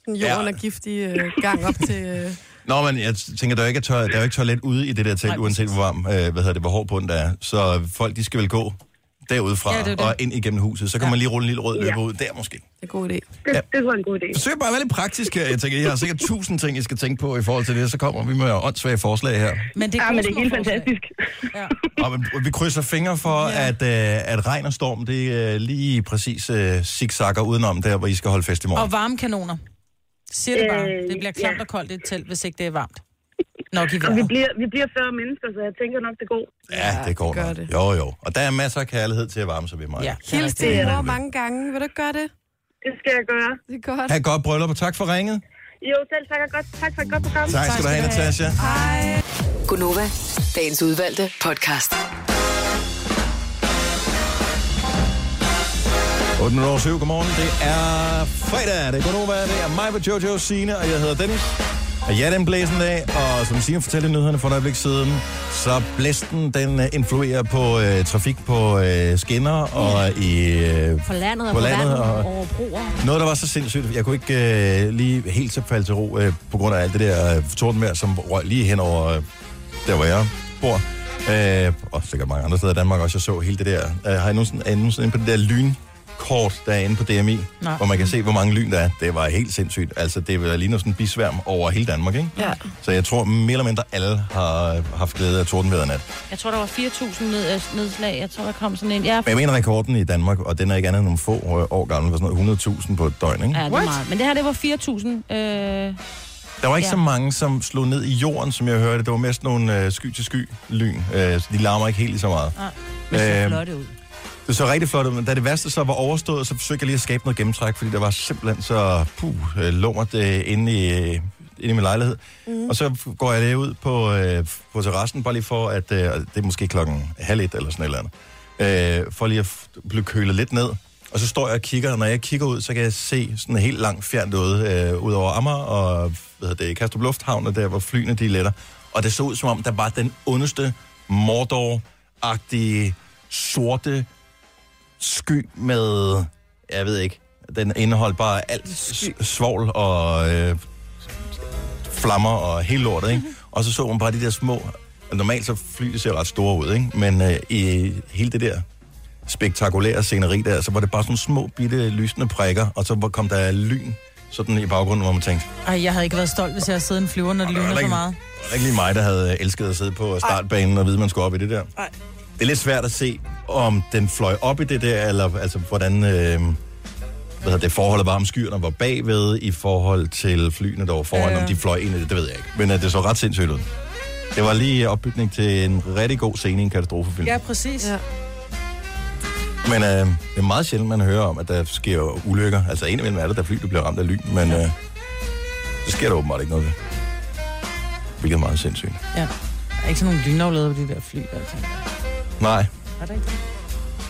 D: sådan jorden
A: ja.
D: og giftig øh, gang op til... Øh,
A: Nå, men jeg tænker, der er jo ikke, tøj, der er jo ikke toilet ude i det der telt,
C: Nej,
A: uanset hvor varm, øh, hvad hedder det, hvor hård bund der er. Så folk, de skal vel gå derudfra
C: Ja,
A: ja,
C: det er
A: det
C: jo det.
A: og ind igennem huset. Så kan ja. man lige rulle en lille rød løber ud der måske.
D: det er en god idé.
G: Det, ja. det tror jeg er en god idé.
A: Forsøg bare at være lidt praktisk her. Jeg tænker, jeg har sikkert tusind ting, jeg skal tænke på i forhold til det. Så kommer vi med åndssvage forslag her.
C: Men det er,
G: Ja, men det er
C: gode
G: helt
C: små forslag. Ja.
G: fantastisk.
A: Og vi- vi krydser fingre for, ja. at, øh, at regn og storm, det øh, lige præcis øh, zigzagger udenom der, hvor I skal holde fest i morgen.
C: Og varme kanoner. Siger det bare.
G: Øh,
C: Det bliver klamt
G: ja.
C: og koldt i et telt, hvis ikke det er varmt. Nok i
G: Og vi
C: vejret.
G: bliver, vi bliver 40 mennesker, så jeg tænker nok, det går.
A: ja, det går
D: det gør
A: nok.
D: det.
A: Jo, jo. Og der er masser af kærlighed til at varme sig ved mig.
C: Ja,
A: Ja.
C: det er
D: Hils til
C: rigtigt.
D: din mor mange gange. Vil du ikke gøre det?
G: Det skal jeg gøre.
D: Det er godt.
A: Ha' et godt bryllup, og tak for ringet.
G: Jo, selv tak, og godt, tak for et godt program.
A: Tak, tak skal du have, Natasha.
E: Gunova, dagens udvalgte podcast.
A: 8 minutter over 7, godmorgen. Det er fredag, det er Gunova, det er mig på Jojo, Signe, og jeg hedder Dennis. Og ja, den blæsen dag, og som Signe fortalte i nyhederne for et øjeblik siden, så blæsten, den øh, influerer på øh, trafik på øh, skinner og i... Øh,
B: På landet og
A: På
B: på,
A: landet
B: vandet
A: og-
B: og... over broer.
A: noget, der var så sindssygt, jeg kunne ikke øh, lige helt så falde til ro øh, på grund af alt det der øh, tordenvejr, som røg lige hen over øh, der, hvor jeg bor. Øh, og sikkert mange andre steder i Danmark også. Jeg så hele det der. Øh, har I nogensinde, er I nogensinde inde på det der lynkort, der er inde på DMI?
C: Nej.
A: Hvor man kan se, hvor mange lyn der er. Det var helt sindssygt. Altså, det var lige noget sådan en bisværm over hele Danmark, ikke?
D: Ja.
A: Så jeg tror, mere eller mindre alle har øh, haft glæde af tordenvejr i nat.
B: Jeg tror, der var 4.000 ned, øh, nedslag. Jeg tror, der kom sådan en... Ja,
A: Men jeg mener rekorden i Danmark, og den er ikke andet end nogle få øh, år gammel, var sådan noget 100.000 på et døgn, ikke?
B: ja det er meget. Men det her, det var 4.000. Øh,
A: Der var ikke ja.
B: Ja.
A: så mange, som slog ned i jorden, som jeg hørte. Det var mest nogle øh, sky-til-sky-lyn, øh, så de larmer ikke helt lige så meget.
B: men så
A: Øhm,
B: flotte ud.
A: Det så rigtig flot ud, men da det værste så var overstået, så forsøgte jeg lige at skabe noget gennemtræk, fordi der var simpelthen så puh, øh, lummert øh, inde, i, øh, inde i min lejlighed. Mm. Og så f- går jeg lige ud på, øh, på terrassen, bare lige for at, øh, og det er måske klokken halv et eller sådan et eller andet, øh, for lige at f- blive kølet lidt ned. Og så står jeg og kigger, og når jeg kigger ud, så kan jeg se sådan helt langt fjernt ud, øh, ud over Amager og hvad hedder det, Kastrup Lufthavn, og der hvor flyene de letter. Og det så ud som om, der var den ondeste, Mordor-agtige, sorte, sky med, jeg ved ikke, den indeholdt bare alt s- svovl og øh, flammer og hele lortet, ikke? Og så så man bare de der små, normalt så fly de ser ret store ud, ikke? Men øh, i hele det der spektakulære sceneri der, så var det bare sådan små bitte lysende prikker, og så var- kom der lyn sådan i baggrunden, hvor man tænkte,
C: Ej, jeg havde ikke været stolt, hvis jeg havde siddet i en flyver, når det
A: det var heller
C: lyner for
A: ikke,
C: meget.
A: det var ikke lige mig, der havde øh, elsket at sidde på startbanen og vide, man skulle op i det der.
C: Ej.
A: Det er lidt svært at se, om den fløj op i det der, eller altså, hvordan øh, hvad hedder det forholdet var, om skyerne var bagved i forhold til flyene, der var foran, øh.
C: Ja.
A: om de fløj ind i det, det ved jeg ikke. Men øh, det så ret sindssygt ud. Det var lige opbygning til en rigtig god scene i en katastrofefilm.
C: Ja,
A: Yep.
C: præcis.
D: Ja.
C: Ja.
A: Men øh, det er meget sjældent, man hører om, at der sker ulykker. Altså en imellem er der, der fly, der bliver ramt af lyn, men øh, det sker der åbenbart ikke noget ved. Hvilket er meget sindssygt.
C: ja. er ikke sådan nogle lynaflader på de der fly, altså.
A: Nej.
C: Er der ikke det?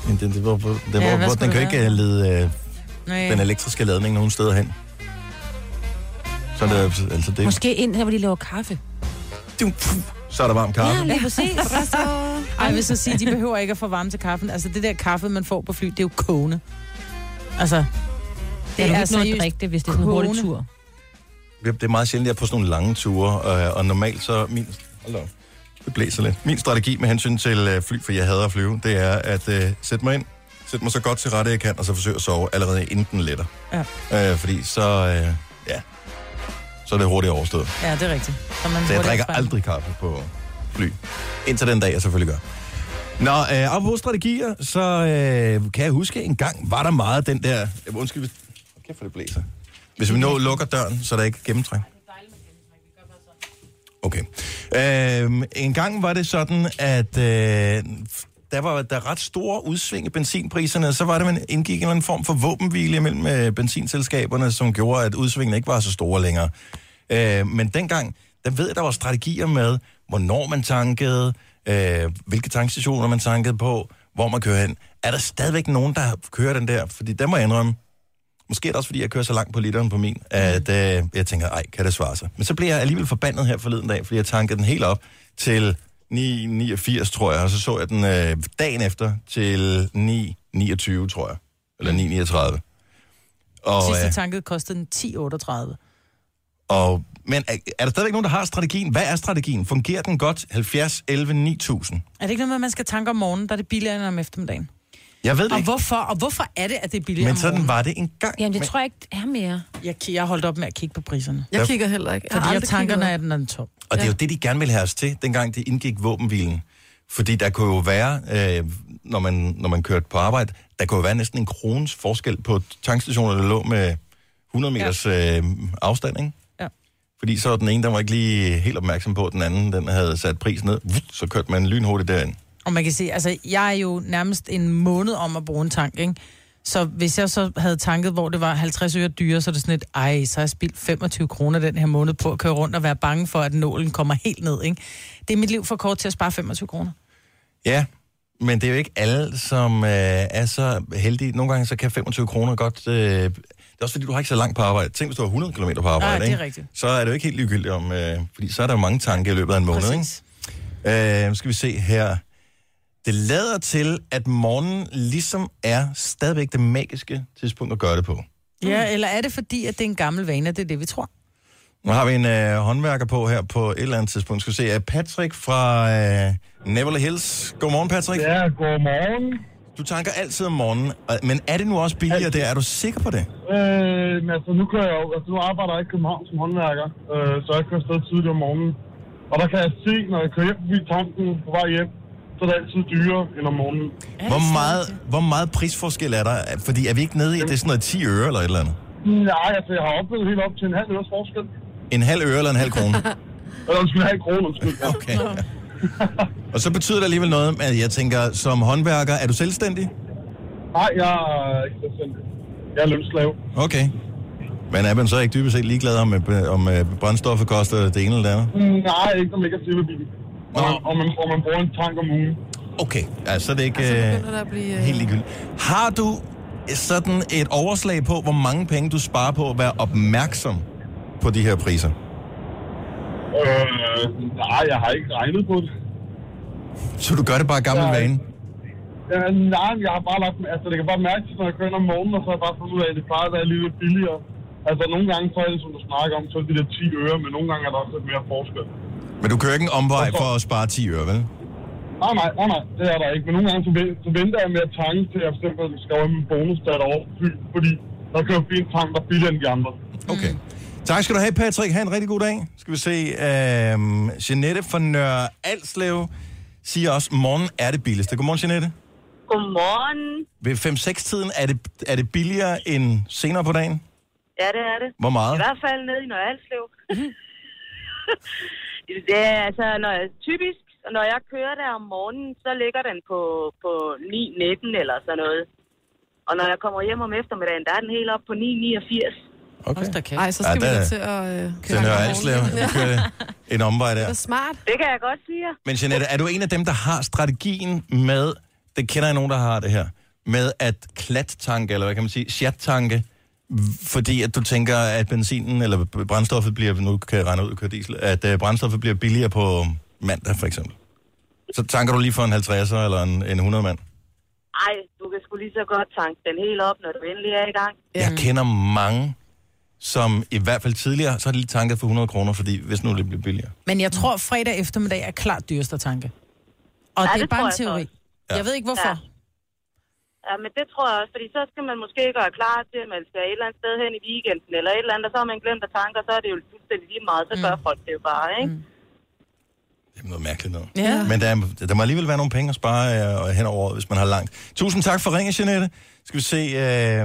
A: Den, den, den, hvor, hvor, den,
C: Ja,
A: ja,
C: hvad
A: hvor,
C: skulle
A: den kan
C: det
A: ikke øh, lede øh,
C: Nej.
A: den elektriske ladning nogen steder hen. Så er det, altså det,
B: Måske ind her, hvor de laver kaffe.
A: du, så er der varm kaffe.
B: Ja, lige præcis.
C: Ej, jeg vil så sige, de behøver ikke at få varme til kaffen. Altså, det der kaffe, man får på fly, det er jo kogende. Altså,
B: Det er, er ikke noget at
C: seriøst
B: drikke det, hvis det er sådan en hurtig
C: kogende.
B: tur.
A: Ja, Det er meget sjældent, at jeg får sådan nogle lange ture, øh, og normalt så min... Hold da op, det blæser lidt. Min strategi med hensyn til øh, fly, for jeg hader at flyve, det er at øh, sætte mig ind, sætte mig så godt til rette, jeg kan, og så forsøge at sove allerede inden den letter. Ja. Øh, fordi så, øh, ja, så er det hurtigt overstået.
C: Ja, det er rigtigt. Så, man
A: Så jeg
C: hurtigt
A: drikker
C: frem.
A: aldrig kaffe på fly. Indtil den dag, jeg selvfølgelig gør. Nå, øh, apropos strategier, så øh, kan jeg huske, en gang var der meget den der... Øh, Undskyld, hvis... Hold Kæft for det blæser. Hvis vi nu lukker døren, så er der ikke gennemtræng. Okay. Øhm, en gang var det sådan, at øh, der var der ret store udsving i benzinpriserne, så var det, man indgik en eller anden form for våbenhvile mellem øh, benzinselskaberne, som gjorde, at udsvingene ikke var så store længere. Øh, men dengang, der ved jeg, der var strategier med, hvornår man tankede, øh, hvilke tankstationer man tankede på, hvor man kører hen. Er der stadigvæk nogen, der kører den der? Fordi der må jeg indrømme, Måske er det også, fordi jeg kører så langt på literen på min, at øh, jeg tænker, ej, kan det svare sig? Men så blev jeg alligevel forbandet her forleden dag, fordi jeg tankede den helt op til 9,89, tror jeg, og så så jeg den øh, dagen efter til 9,29, tror jeg. Eller 9,39. Og,
C: Sidste
A: øh,
C: tanket kostede den 10,38.
A: og, men er, er der stadigvæk nogen, der har strategien? Hvad er strategien? Fungerer den godt? 70, 11, 9000?
C: Er det ikke noget med, at man skal tanke om morgenen, der er det billigere end om eftermiddagen?
A: Jeg ved det
C: Og
A: ikke,
C: hvorfor, og hvorfor er det, at det er billigere
A: men
C: om
A: sådan
C: morgenen?
A: var det engang.
B: Jamen, det
A: Men-
B: tror jeg ikke er mere.
C: Jeg, ki- jeg holdt op med at kigge på priserne.
D: Jeg
A: Ja.
D: kigger heller ikke. Jeg har
C: Fordi jeg
D: aldrig
C: tanker,
D: kigget
C: når
D: op.
C: jeg- når den er tom.
A: Og det er jo det, de gerne vil have os til, dengang de indgik våbenhvilen. Fordi der kunne jo være, øh, når, man, når man kørte på arbejde, der kunne jo være næsten en krones forskel på tankstationer, der lå med 100 meters ja. øh, afstand, ikke?
C: Ja.
A: Fordi så var den ene, der var ikke lige helt opmærksom på, at den anden den havde sat prisen ned. Vup, Så kørte man lynhurtigt derind.
C: Og man kan se, altså, jeg er jo nærmest en måned om at bruge en tank, ikke? Så hvis jeg så havde tanket, hvor det var 50 øre dyre, så er det sådan et, ej, så har jeg spildt 25 kroner den her måned på at køre rundt og være bange for, at nålen kommer helt ned, ikke? Det er mit liv for kort til at spare 25 kroner.
A: Ja, men det er jo ikke alle, som øh, er så heldige. Nogle gange så kan 25 kroner godt... Øh, det er også fordi, du har ikke så langt på arbejde. Tænk, hvis du har 100 km på arbejde,
C: Nej, Ah, det er
A: ikke?
C: rigtigt.
A: Så er det jo ikke helt ligegyldigt om... Øh, fordi så er der jo mange tanker i løbet af en måned, ikke? Øh, nu skal vi se her. Det lader til, at morgenen ligesom er stadigvæk det magiske tidspunkt at gøre det på.
C: Ja, eller er det fordi, at det er en gammel vane, at det er det, vi tror?
A: Nu har vi en øh, håndværker på her på et eller andet tidspunkt. Skal vi se, er Patrick fra øh, Neverly Hills. Godmorgen, Patrick.
H: Ja, godmorgen.
A: Du tanker altid om morgenen, og- men er det nu også billigere der? Er du sikker på det?
H: Øh, men altså, nu kører jeg jo, altså, nu arbejder jeg i København som håndværker, øh, så jeg kører stadig tidligt om morgenen. Og der kan jeg se, når jeg kører hjem forbi tanken på vej hjem, så er det altid dyrere end om morgenen.
A: Hvor meget, hvor meget prisforskel er der? Fordi er vi ikke nede i, at det er sådan noget 10 øre eller et eller andet?
H: Nej, altså, jeg har oplevet helt op til en halv øres forskel.
A: En halv øre eller en halv krone?
H: Eller undskyld, en halv krone, undskyld. Ja.
A: Okay. Og så betyder det alligevel noget, at jeg tænker, som håndværker, er du selvstændig?
H: Nej, jeg er ikke selvstændig. Jeg er lønslave.
A: Okay. Men er man så ikke dybest set ligeglad om, øh, om øh, brændstoffet koster det ene eller det andet?
H: Mm, Nej, ikke når man ikke er silverbil. Og, man- og, man, og man bruger en tank om ugen.
A: Okay, ja, så er det ikke
D: Så
A: øh,
D: begynder der at blive... øh,
A: helt ligegyldigt. Har du sådan et overslag på, hvor mange penge du sparer på at være opmærksom på de her priser?
H: Øh, nej, jeg har ikke regnet på det.
A: Så du gør det bare af gammel
H: Nej.
A: vane?
H: Ja, nej, jeg har bare lagt, altså det kan bare mærke, når jeg kører ind om morgenen, og så har jeg bare fundet ud af, at det plejer at være lidt lidt billigere. Altså nogle gange, så er det som du snakker om, så er det de der 10 øre, men nogle gange er der også lidt mere forskel.
A: Men du kører ikke en omvej for at spare 10 øre, vel?
H: Nej, Ah, nej, nej, nej, det er der ikke. Men nogle gange, så, ven- så venter jeg med at tanke til, at jeg for eksempel skal have min bonus, der er derovre, fy- fordi der kører vi en tank, der er billigere end de andre.
A: Okay. Tak skal du have, Patrick. Ha' en rigtig god dag. Skal vi se. Øh, Jeanette fra Nørre Alslev siger også, morgen er det billigste. Godmorgen, Jeanette.
G: Godmorgen.
A: Ved 5-6-tiden er det, er det billigere end senere på dagen?
G: Ja, det er det.
A: Hvor
G: I
A: meget?
G: hvert fald nede i Nørre Alslev. det er altså, når jeg, typisk, når jeg kører der om morgenen, så ligger den på, på 9.19 eller sådan noget. Og når jeg kommer hjem om eftermiddagen, der er den helt op på 9.89.
A: Okay.
C: Okay.
D: Ej, så skal
A: Ja, der-
D: ja, vi da til at øh,
A: Til Nørre
D: Langholm.
A: Alslev. Vi kører En omvej
D: Det
A: der.
D: er smart.
G: Det kan jeg godt sige jer.
A: Men Jeanette, er du en af dem, der har strategien med, det kender jeg nogen, der har det her, med at klat-tanke, eller hvad kan man sige, chat-tanke, v- fordi at du tænker, at benzinen eller b- brændstoffet bliver, nu kan jeg regne ud, at køre diesel, at øh, brændstoffet bliver billigere på mandag, for eksempel. Så tanker du lige for en 50'er eller en, en 100 mand.
G: Ej, du kan sgu lige så godt tanke den helt op, når du endelig er i gang.
A: Jeg kender mange, som i hvert fald tidligere, så har de lige tanket for 100 kroner, fordi hvis nu det bliver billigere.
C: Men jeg tror, fredag eftermiddag er klart dyrest at tanke. Og ja, det er
G: det
C: bare
G: tror
C: en
G: jeg så
C: teori.
G: også.
C: Jeg ved ikke, hvorfor.
G: Ja. Ja, men det tror jeg også, fordi så skal man måske gøre klar til, at man skal et eller andet sted hen i weekenden, eller et eller andet, og så har man glemt at tanke, og så er det jo fuldstændig lige meget, så gør folk det jo bare, ikke? Mm.
A: Det er noget mærkeligt noget.
C: Ja. ja.
A: Men der, er- der må alligevel være nogle penge at spare øh, og hen over året, hvis man har langt. Tusind tak for ringen, Jeanette. Skal vi se... Øh,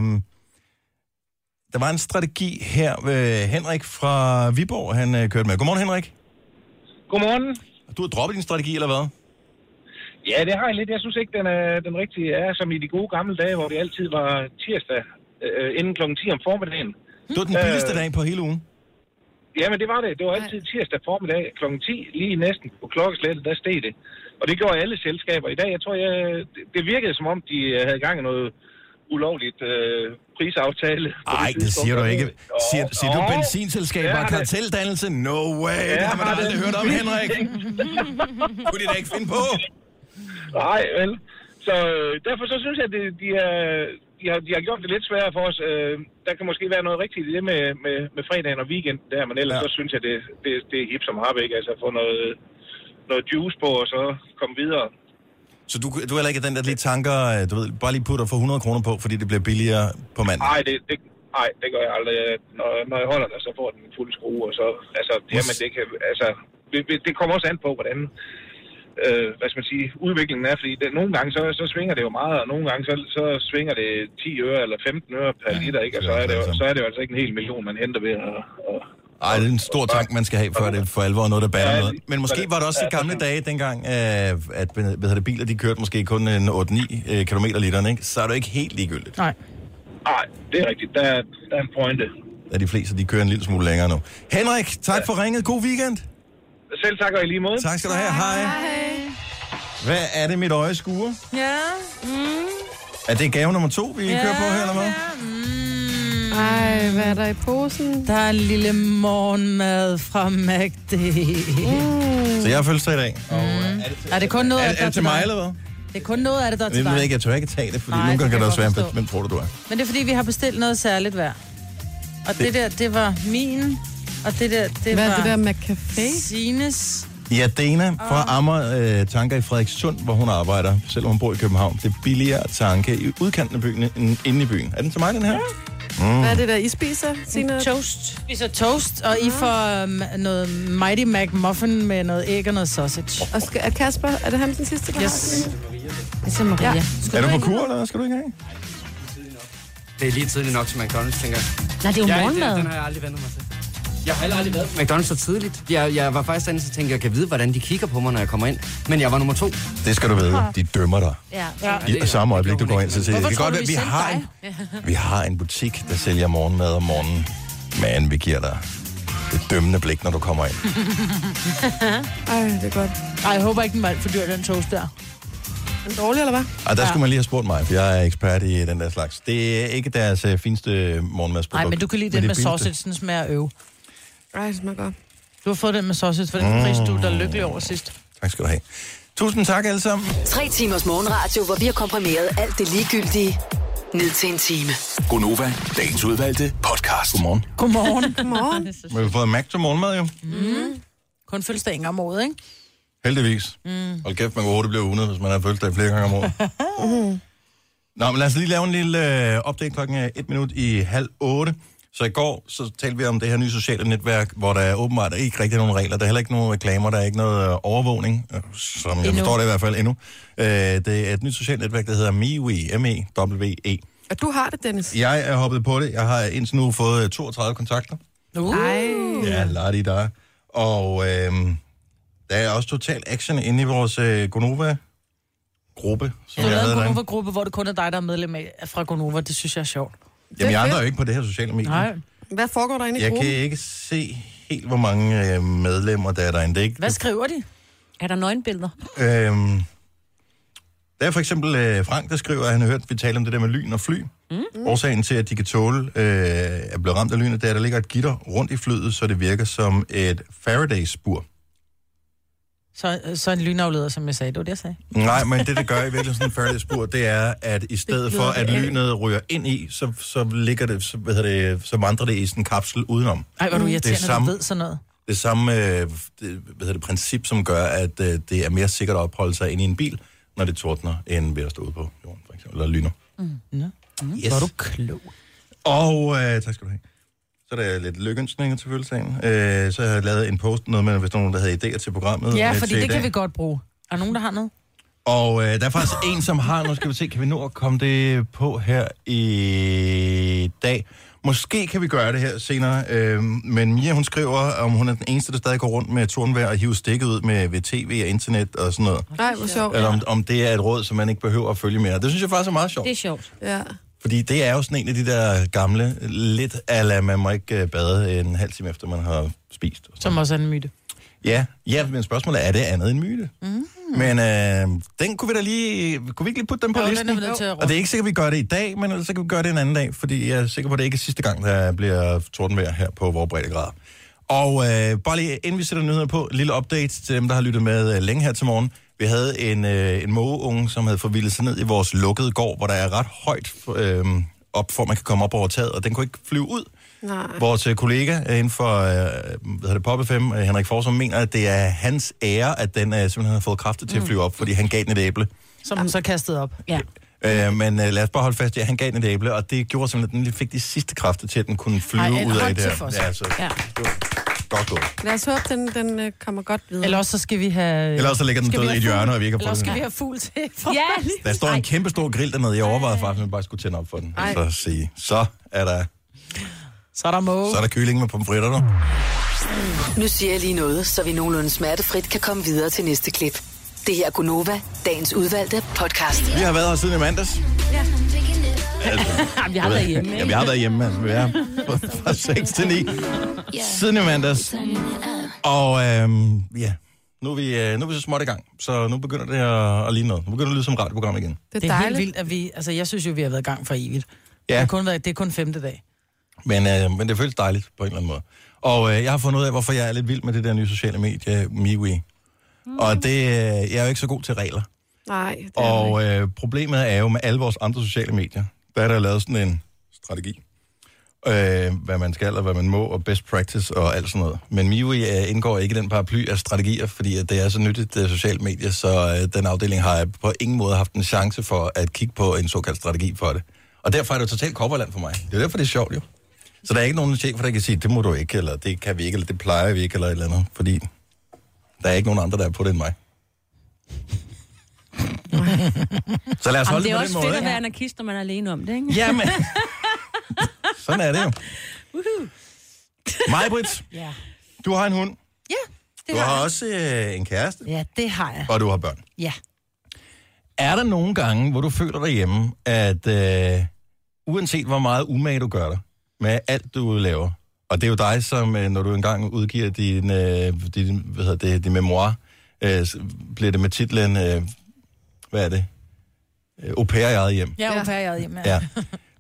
A: der var en strategi her ved Henrik fra Viborg, han øh, kørte med. Godmorgen, Henrik.
I: Godmorgen.
A: Du har droppet din strategi, eller hvad?
I: Ja, det har jeg lidt. Jeg synes ikke, den er den rigtige er, som i de gode gamle dage, hvor det altid var tirsdag øh, inden kl. 10 om formiddagen.
A: Det var den billigste
I: Øh.
A: dag på hele ugen.
I: Ja, men det var det. Det var altid tirsdag formiddag kl. 10, lige næsten på klokkeslættet, der steg det. Og det gjorde alle selskaber. I dag, jeg tror, jeg, det- det virkede som om, de øh, havde gang i noget ulovligt øh, prisaftale. på
A: Nej, det
I: tidspunkt.
A: siger du ikke.
I: Jo,
A: Siger, siger du
I: jo.
A: benzinselskaber og
I: Ja, det-
A: karteldannelse? No way, det
I: Ja,
A: har man da
I: det-
A: aldrig hørt om, Henrik. Kunne de da ikke finde på?
I: Nej, vel. Så øh, derfor så synes jeg, at det, de, er, de, har, de har gjort det lidt sværere for os. Øh, der kan måske være noget rigtigt i det med, med, med fredagen og weekenden der, men ellers
A: Ja.
I: ja. så synes jeg, det, det, det er hip som har, ikke? Altså få noget, noget juice på, og så komme videre.
A: Så du, du er heller ikke den, der lige tanker, øh, du ved, bare lige putter for 100 kroner på, fordi det bliver billigere på mandag.
I: Nej, det, det, ej, det gør jeg aldrig. Når, når jeg holder der, så får den en fuld skrue, og så, altså, jamen, det kan, altså, det- det- det kommer også an på, hvordan, øh, hvad skal man sige, udviklingen er, fordi det, nogle gange, så, så svinger det jo meget, og nogle gange, så, så svinger det 10 øre eller 15 øre per liter, ikke? Og så er, det jo, så er det jo altså ikke en hel million, man henter ved at, at
A: Ej, det er en stor tank, man skal have, før det for alvor er noget, der batter
I: Ja,
A: noget. Men måske var det også i
I: ja,
A: gamle
I: præcis.
A: dage dengang, øh, at hvad hedder det, biler de kørte måske kun en 8-9 øh, km literen, ikke? så er det jo ikke helt ligegyldigt,
C: Nej.
I: nej, det er rigtigt, der, er- der er en pointe.
A: at de fleste de kører en lille smule længere nu. Henrik, tak for ringet. God weekend.
I: Selv tak og i lige måde.
A: Tak skal du have. Hej. Hvad er det, mit øje skuer?
C: Ja.
A: Er det gave nummer to, vi kører på her, eller hvad?
D: Ej, hvad er der i posen?
C: Mm. Der er en lille morgenmad fra MACD.
D: Mm.
A: Så jeg har fødselsdag i dag. Og,
C: Mm.
A: øh, er, det til,
C: Er det kun noget
A: er,
C: af
A: er
C: det, der
A: det til mig, eller hvad?
C: Det er kun noget af det, der er til
A: Jeg ved
C: dig.
A: ikke, jeg tør ikke tage det, fordi
C: Nej,
A: nogle gange kan
C: det
A: det
C: kan
A: også
C: jeg
A: være,
C: godt
A: hvem- hvem tror du, du er?
C: Men det er, fordi vi har bestilt noget særligt hver. Og det, det der, det var min. Og det der, det
D: Hvad er
C: var
D: det der med café?
C: Sines.
A: Ja, Dana fra Amager øh, Tanker i Frederikssund, hvor hun arbejder, selvom hun bor i København. Det er billigere at tanke i udkanten af byen end inde i byen. Er den til mig, den her? Mm.
D: Hvad er det der, I spiser, Signe? Ah.
C: Toast. Vi så toast, og I får um, noget Mighty Mac Muffin med noget æg og noget sausage.
D: Og skal, er Kasper, er det ham den sidste, der har
C: Yes. Det er Maria. Ja.
D: Ja.
A: Er du på kur, eller skal du ikke have?
J: Det er lige tidligt nok til McDonald's, tænker jeg.
B: Nej, det er jo
J: jeg
B: morgenmad.
J: den, den har jeg aldrig vendt mig til. Jeg har heller aldrig været på McDonald's så tidligt. Jeg, jeg var faktisk derinde, så tænkte jeg, jeg kan vide, hvordan de kigger på mig, når jeg kommer ind. Men jeg var nummer to.
A: Det skal du vide. De dømmer dig.
B: Ja.
A: I det, samme øjeblik, du går ind, så siger
C: Hvorfor
A: det
C: tror du,
A: være,
C: vi
A: vi
C: sendte
A: har, en, vi har en butik, der sælger morgenmad om morgenen. Men vi giver dig et dømmende blik, når du kommer ind.
D: Ej, det er godt.
C: Ej, jeg håber ikke, den var alt for dyr, den toast der.
D: Er den dårlig, eller hvad?
A: Og der skulle man lige have spurgt mig, for jeg er ekspert i den der slags. Det er ikke deres øh, fineste morgenmadsprodukt.
C: Nej, men du kan lide den
A: det
C: med
A: billigste.
C: sausage, den smager øv.
D: Ej, det smager godt.
C: Du har fået den med sausage, for
A: Mm.
C: den pris, du der er lykkelig over sidst.
A: Tak skal du have. Tusind tak alle sammen.
E: Tre timers morgenradio, hvor vi har komprimeret alt det ligegyldige ned til en time.
F: Gonova, dagens udvalgte podcast.
A: Godmorgen.
C: Godmorgen. Mm.
D: Godmorgen.
A: Vi har fået Mac til morgenmad, jo.
C: Kun fødselsdag en gang om året, ikke?
A: Heldigvis. Mm. Hold kæft, man kan hurtigt blive unet, hvis man har fødselsdag flere gange om året.
C: Mm.
A: Nå, men lad os lige lave en lille øh, update klokken er et minut i halv otte. Så i går, så talte vi om det her nye sociale netværk, hvor der åbenbart ikke rigtig er nogen regler. Der er heller ikke nogen reklamer, der er ikke noget øh, overvågning, øh, som jeg forstår det i hvert fald endnu. Øh, det er et nyt socialt netværk, der hedder MeWe, M-E-W-E.
D: Og du har det, Dennis.
A: Jeg er hoppet på det. Jeg har indtil nu fået øh, 32 kontakter.
C: Uh.
D: Ej.
A: Ja, lad der. Og øh, der er også total action inde i vores øh, Gonova-gruppe.
C: Du
A: Som
C: har
A: jeg
C: lavet en
A: havde derinde.
C: Gonova-gruppe, hvor det kun er dig, der er medlem af fra Gonova. Det synes jeg er sjovt.
A: Jamen, jeg andre er jo ikke på det her sociale medie.
C: Nej.
D: Hvad foregår der inde i
A: Jeg kan
D: gruppen?
A: ikke se helt, hvor mange øh, medlemmer der er derinde. Det er ikke,
C: Hvad skriver de?
B: Er der nøgenbilleder?
A: Øhm, der er for eksempel øh, Frank, der skriver, at han har hørt, at vi taler om det der med lyn og fly. Mm. Årsagen til, at de kan tåle øh, at blive ramt af lynet, det er, at der ligger et gitter rundt i flyet, så det virker som et Faraday-spur.
C: Så, så en lynafleder, som jeg sagde. Det var det, jeg sagde.
A: Nej, men det, det gør i virkeligheden sådan en Faraday-spur, det er, at i stedet for, at lynet ryger ind i, så, så ligger det, så, hvad hedder det, så vandrer det i sådan en kapsel udenom.
C: Ej, hvor er du
A: Det er
C: irriterende,
A: samme-
C: du ved sådan noget.
A: det samme øh, det, hvad hedder det, princip, som gør, at øh, det er mere sikkert at opholde sig inde i en bil, når det tordner, end ved at stå ude på jorden, for eksempel, eller lyner. Mm. Yes. Så er du
C: klog.
A: Og øh, tak skal du have. Så er der lidt lykkeønsninger til fødselsdagen. Øh, så har jeg lavet en post, noget med, hvis der er nogen, der havde idéer til programmet.
C: Ja,
A: øh,
C: fordi
A: til i
C: det kan
A: dag.
C: vi godt bruge. Er der nogen, der har noget?
A: Og øh, der er faktisk en, som har, nu skal vi se, kan vi nå at komme det på her i dag. Måske kan vi gøre det her senere, øh, men Mia hun skriver, om hun er den eneste, der stadig går rundt med tornvejr og hiver stikket ud med ved tv og internet og sådan noget.
D: Nej, hvor sjovt.
A: Eller om, om det er et råd, som man ikke behøver at følge mere. Det synes jeg faktisk er meget sjovt.
B: Det er sjovt.
D: Ja.
A: Fordi det er jo sådan en af de der gamle, lidt ala, man må ikke øh, bade en halv time efter, man har spist.
C: Som også er en myte.
A: Ja, ja men spørgsmålet er, er det andet end myte?
C: Mm.
A: Men øh, den kunne vi da lige... Kunne vi ikke lige putte den på
C: Jo, den
A: listen?
C: er vi nødt til at runde.
A: og det er ikke sikkert, vi gør det i dag, men ellers så kan vi gøre det en anden dag, fordi jeg er sikker på, at det ikke er sidste gang, der bliver tordenvejr her på vores breddegrad. Og øh, bare lige inden vi sætter nyheder på, en lille update til dem, der har lyttet med øh, længe her til morgen. Vi havde en, øh, en mågeunge, som havde forvildet sig ned i vores lukkede gård, hvor der er ret højt øh, op, for man kan komme op over taget, og den kunne ikke flyve ud.
D: Nej.
A: Vores øh, kollega øh, inden for øh, hvad hedder det, Pop FM, øh, Henrik Forsum, mener, at det er hans ære, at den øh, simpelthen har fået kræfter
D: Mm.
A: til at flyve op, fordi han gav den et æble.
C: Som den så kastede op.
B: Ja.
D: Mm.
A: Øh, men øh, lad os bare holde fast i, at han gav den et æble, og det gjorde simpelthen, at den fik de sidste kræfter til, at den kunne flyve
D: Ej, en
A: ud af
D: hånd
A: det
D: til
A: her.
D: Fossum.
A: Ja, så
D: Ja.
A: Altså, det var godt gået.
D: Lad os håbe, den, den øh, kommer godt videre.
C: Eller også så skal vi have... øh,
A: Ellers så ligger den
C: skal vi
A: død
C: have
A: i et hjørne,
C: fugl?
A: og vi ikke har
C: Eller
A: fået
C: skal
A: den.
C: vi have fugl til? fra-
A: Der står en kæmpe stor grill dernede. Jeg overvejede faktisk, at man bare skulle tænde op for den.
C: Ej.
A: Så at sige, så er der...
C: Så er der måge.
A: Så er der kylling med pomfritter, du.
E: Nu siger jeg lige noget, så vi nogenlunde smertefrit kan komme videre til næste klip. Det her er Gunova, dagens udvalgte podcast.
A: Vi har været her siden i mandags.
B: vi har været hjemme,
A: Altså. Ja, vi har været hjemme. Altså, vi er fra- fra 6 til 9. Siden i mandags. Og øhm, ja, nu er, vi, øh, nu er vi så småt i gang. Så nu begynder det at, at ligne noget. Nu begynder det at lyde som et radioprogram igen.
C: Det er, det er helt vildt, at vi... Altså, jeg synes jo, vi har været i gang for evigt. Ja. Det, har kun været, det er kun femte dag.
A: Men, øh, men det føles dejligt på en eller anden måde. Og øh, jeg har fundet ud af, hvorfor jeg er lidt vild med det der nye sociale medie, MeWe.
C: Mm.
A: Og det, øh, jeg er jo ikke så god til regler.
D: Nej, det er og...
A: Og øh, problemet er jo med alle vores andre sociale medier, der er der lavet sådan en strategi. Øh, hvad man skal, og hvad man må, og best practice og alt sådan noget. Men MIUI øh, indgår ikke i den paraply af strategier, fordi at det er så nyttigt øh, socialt medie, så øh, den afdeling har på ingen måde haft en chance for at kigge på en såkaldt strategi for det. Og derfor er det jo totalt kopperland for mig. Det er jo derfor, det er sjovt jo. Så der er ikke nogen chefer, der kan sige, det må du ikke, eller det kan vi ikke, eller det plejer vi ikke, eller et eller andet. Fordi der er ikke nogen andre, der er på det end mig. så lad os
B: Jamen,
A: holde
B: det
A: det på
B: er
A: den
B: også
A: måde.
B: fedt at
A: ikke?
B: være anarkist, når man er alene om det, ikke?
A: Jamen. Sådan er det jo. Majbrit,
C: Ja.
A: du har en hund.
C: Ja, det
A: Du
C: har
A: har
C: jeg.
A: også øh, en kæreste,
C: Ja, det har jeg.
A: og du har børn.
C: Ja.
A: Er der nogle gange, hvor du føler derhjemme, at øh, uanset hvor meget umage du gør dig med alt, du laver, og det er jo dig, som øh, når du engang udgiver din, øh, din, hvad hedder det, din memoir, øh, så bliver det med titlen, øh, hvad er det? Øh, Au pair i eget hjem.
C: Jeg er au pair i eget hjem, ja.
A: Ja.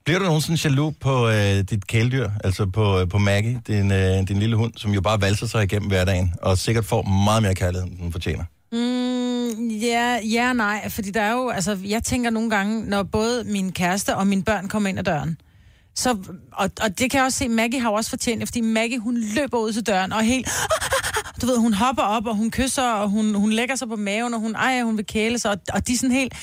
A: Bliver du nogensinde jaloux på øh, dit kæledyr, altså på, øh, på Maggie, din, øh, din lille hund, som jo bare valser sig igennem hverdagen, og sikkert får meget mere kærlighed, end den fortjener?
C: Mm, ja, ja og nej, fordi der er jo, altså, jeg tænker nogle gange, når både min kæreste og mine børn kommer ind ad døren, så, og, og det kan jeg også se, Maggie har jo også fortjent det, fordi Maggie, hun løber ud til døren og er helt, du ved, hun hopper op, og hun kysser, og hun, hun lægger sig på maven, og hun, ej, hun vil kæle sig, og, og de er sådan helt,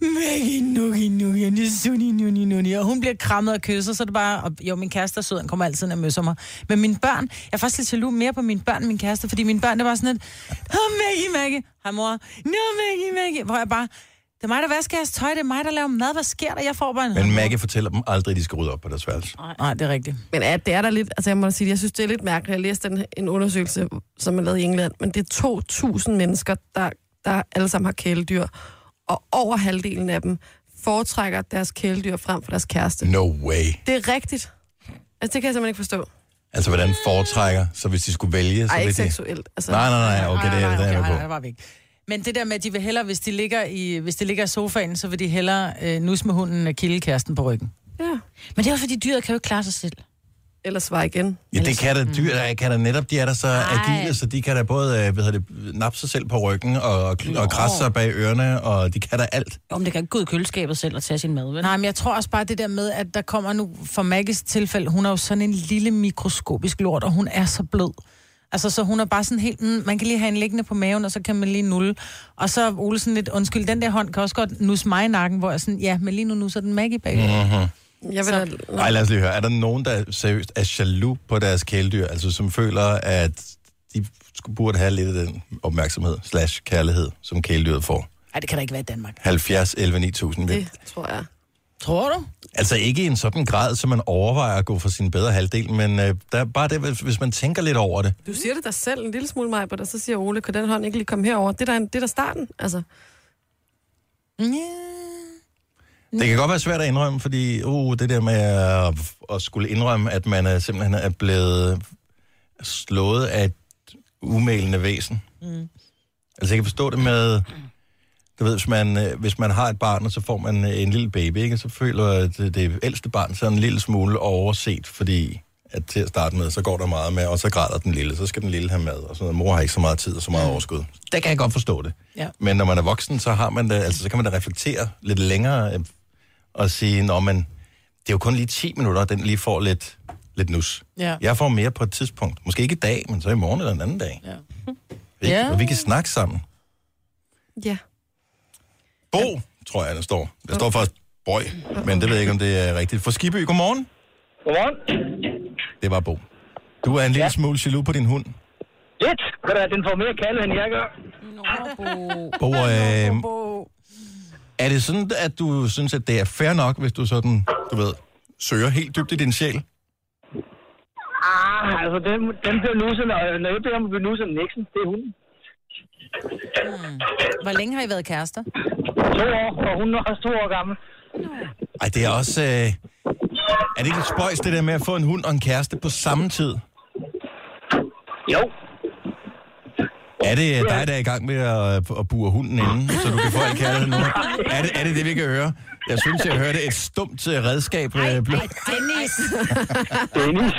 C: Maggie, nuki, nuki, nissuni, nuni, nuni, og hun bliver krammet og kysser, så er det bare, og, jo, min kæreste er sød, han kommer altid ned og møsser mig, men mine børn, jeg er faktisk lidt jaloux mere på mine børn end min kæreste, fordi mine børn, det var sådan et, åh, Maggie, Maggie, hej mor, nå, Maggie, Maggie, hvor jeg bare, det er mig, der vasker jeres tøj, det er mig, der laver mad, hvad sker der, jeg får bare en
A: Men Maggie fortæller dem aldrig, at de skal rydde op på deres værelse.
C: Nej, det er rigtigt.
D: Men ja, det er der lidt, altså jeg må sige, jeg synes, det er lidt mærkeligt. Jeg læste en, en undersøgelse, som er lavet i England, men det er 2.000 mennesker, der, der alle sammen har kæledyr, og over halvdelen af dem foretrækker deres kæledyr frem for deres kæreste.
A: No way.
D: Det er rigtigt. Altså, det kan jeg simpelthen ikke forstå.
A: Altså, hvordan foretrækker, så hvis de skulle vælge... Så
D: Ej,
A: vil
D: ikke
A: de...
D: seksuelt, altså.
A: nej, nej, nej, okay, det, er, det er jeg
C: Nej,
A: med
C: der
A: på.
C: var vi ikke. Men det der med, at de vil hellere, hvis de ligger i, hvis de ligger i sofaen, så vil de hellere øh, nus med hunden og kilde kæresten på ryggen.
D: Ja.
B: Men det er også fordi, dyret kan jo ikke klare sig selv.
D: Eller svare igen.
A: Ja, det kan
C: Mm.
A: da dyr, der kan da netop, de er der så agile, så de kan da både øh, hvad hedder det, nappe sig selv på ryggen og, og krasse sig bag ørerne, og de kan da alt.
B: Jo, men det kan ikke gå ud i køleskabet selv og tage sin mad, vel?
C: Nej, men jeg tror også bare det der med, at der kommer nu, for Maggies tilfælde, hun er jo sådan en lille mikroskopisk lort, og hun er så blød. Altså, så hun er bare sådan helt, mm, man kan lige have en liggende på maven, og så kan man lige nulle. Og så er Ole sådan lidt, undskyld, den der hånd kan også godt nusse mig i nakken, hvor jeg sådan, ja, men lige nu nusser den Maggie bag.
A: Mm-hmm.
D: Jeg vil da...
A: Nej, lad os lige høre. Er der nogen, der seriøst er jaloux på deres kæledyr, altså som føler, at de skulle- burde have lidt af den opmærksomhed slash kærlighed, som kæledyret får?
C: Nej, det kan da ikke være i Danmark.
A: 70, 11, 9000. Det.
D: Det tror jeg.
C: Tror du?
A: Altså ikke i en sådan grad, så man overvejer at gå for sin bedre halvdel, men øh, der er bare det, hvis- hvis man tænker lidt over det.
D: Du siger det dig selv en lille smule, Maja, og så siger Ole, kan den hånd ikke lige komme herover? Det er da, en- det er da starten, altså.
A: Det kan godt være svært at indrømme, fordi uh, det der med at, at skulle indrømme, at man er, simpelthen er blevet slået af et umælende væsen. Mm. Altså jeg kan forstå det med, du ved, hvis man, øh, hvis man har et barn, og så får man øh, en lille baby, ikke? og så føler at det, det ældste barn sig en lille smule overset, fordi at til at starte med, så går der meget med, og så græder den lille, så skal den lille have mad, og sådan noget. Mor har ikke så meget tid og så meget overskud. Der kan jeg godt forstå det.
C: Ja.
A: Men når man er voksen, så, har man det, altså, så kan man da reflektere lidt længere øh, og sige, nå, men det er jo kun lige 10 minutter, den lige får lidt, lidt nus.
C: Ja.
A: Jeg får mere på et tidspunkt. Måske ikke i dag, men så i morgen eller en anden dag.
C: Ja.
A: Vi,
C: Ja.
A: Og vi kan snakke sammen.
D: Ja.
A: Bo, tror jeg, der står. Der står faktisk Bøj, men det ved jeg ikke, om det er rigtigt. For Skibby, godmorgen.
K: Godmorgen.
A: Det var Bo. Du er en lille smule jaloux på din hund.
K: Lidt. Kan da, den får mere kalve, end jeg gør.
A: Bo, øh, er det sådan, at du synes, at det er fair nok, hvis du sådan, du ved, søger helt dybt i din sjæl?
K: Ah, altså, den, den bliver nusset, og når jeg beder om at blive nusset af Nixon, det er hunden.
C: Hvor længe har I været kærester?
K: To år, og hun er også to år gammel.
A: Ej, det er også... Øh, er det ikke lidt spøjs, det der med at få en hund og en kæreste på samme tid?
K: Jo.
A: Er det øh, dig, der er i gang med at, øh, at bure hunden inden, så du kan få al kærligheden nu? Er det, er det det, vi kan høre? Jeg synes, jeg hørte et stumt øh, redskab. Ej, blev...
B: Dennis!
K: Dennis!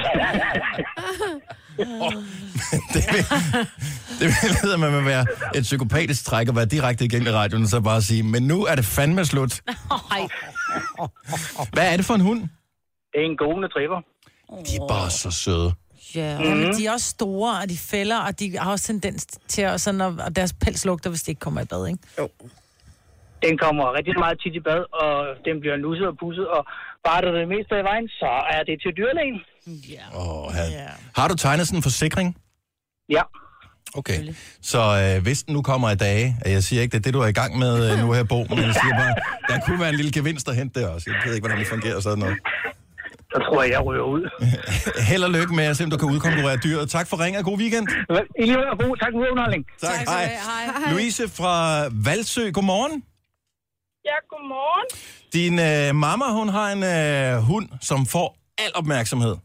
A: det, vil, det vil man med at være et psykopatisk træk og være direkte igennem i radioen, og så bare sige, men nu er det fandme slut.
B: Ej,
A: Hvad er det for en hund?
K: Det er en golden retriever.
A: De er bare så søde.
B: ja.
C: Mm. Jamen, de er også store, og de fælder, og de har også tendens til at sådan, og, og deres pels lugter, hvis de ikke kommer i bad, ikke?
K: Den kommer rigtig meget tit i bad, og den bliver nusset og pusset, og bare der er det meste i vejen, så er det til dyrlægen.
A: Oh, ja. Har du tegnet sådan en forsikring?
K: Ja.
A: Okay, så øh, hvis den nu kommer i dage, og jeg siger ikke, det er det, du er i gang med øh, nu her, Bo, men jeg siger bare, der kunne være en lille gevinst at hente der også. Jeg ved ikke, hvordan det fungerer sådan noget.
K: Så tror jeg, jeg ryger ud.
A: Held og lykke med at se, om du kan udkonkurrere dyret. Tak for ringen, og god weekend.
K: I lige måde, og god. Tak for underholdning.
A: Tak, tak hej.
D: Hej.
A: Louise fra Valsø, godmorgen.
G: Ja, godmorgen.
A: Din øh, mamma, hun har en øh, hund, som får al opmærksomhed.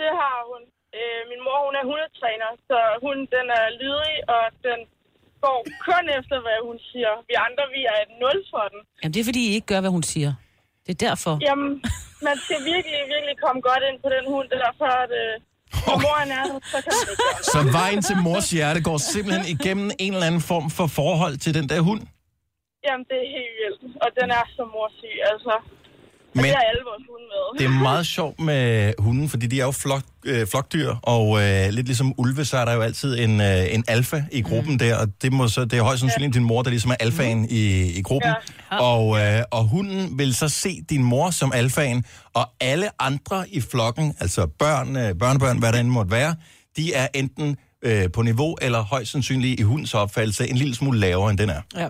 G: Det har hun. Øh, min mor, hun er hundetræner, så hun den er lydig, og den går kun efter, hvad hun siger. Vi andre, vi er et nul for den.
B: Jamen, det er fordi, I ikke gør, hvad hun siger. Det er derfor.
G: Jamen, man skal virkelig, virkelig komme godt ind på den hund, det der før, at øh, når moren er, der, så kan man ikke gøre det.
A: Så vejen til mors hjerte går simpelthen igennem en eller anden form for forhold til den der hund.
G: Jamen, det er helt vildt. Og den er så morsyg, altså. Og
A: Men-
G: det er alle vores hunde med.
A: Det er meget sjovt med hunden, fordi de er jo flok, øh, flokdyr, og øh, lidt ligesom ulve, så er der jo altid en, øh, en alfa i gruppen mm. der, og det, må så, det er højst sandsynligt din mor, der ligesom er alfaen mm. i, i gruppen. Ja. Og, øh, og hunden vil så se din mor som alfaen, og alle andre i flokken, altså børn, øh, børnebørn, hvad der end måtte være, de er enten øh, på niveau, eller højst sandsynligt i hundens opfattelse en lille smule lavere, end den er.
C: Ja.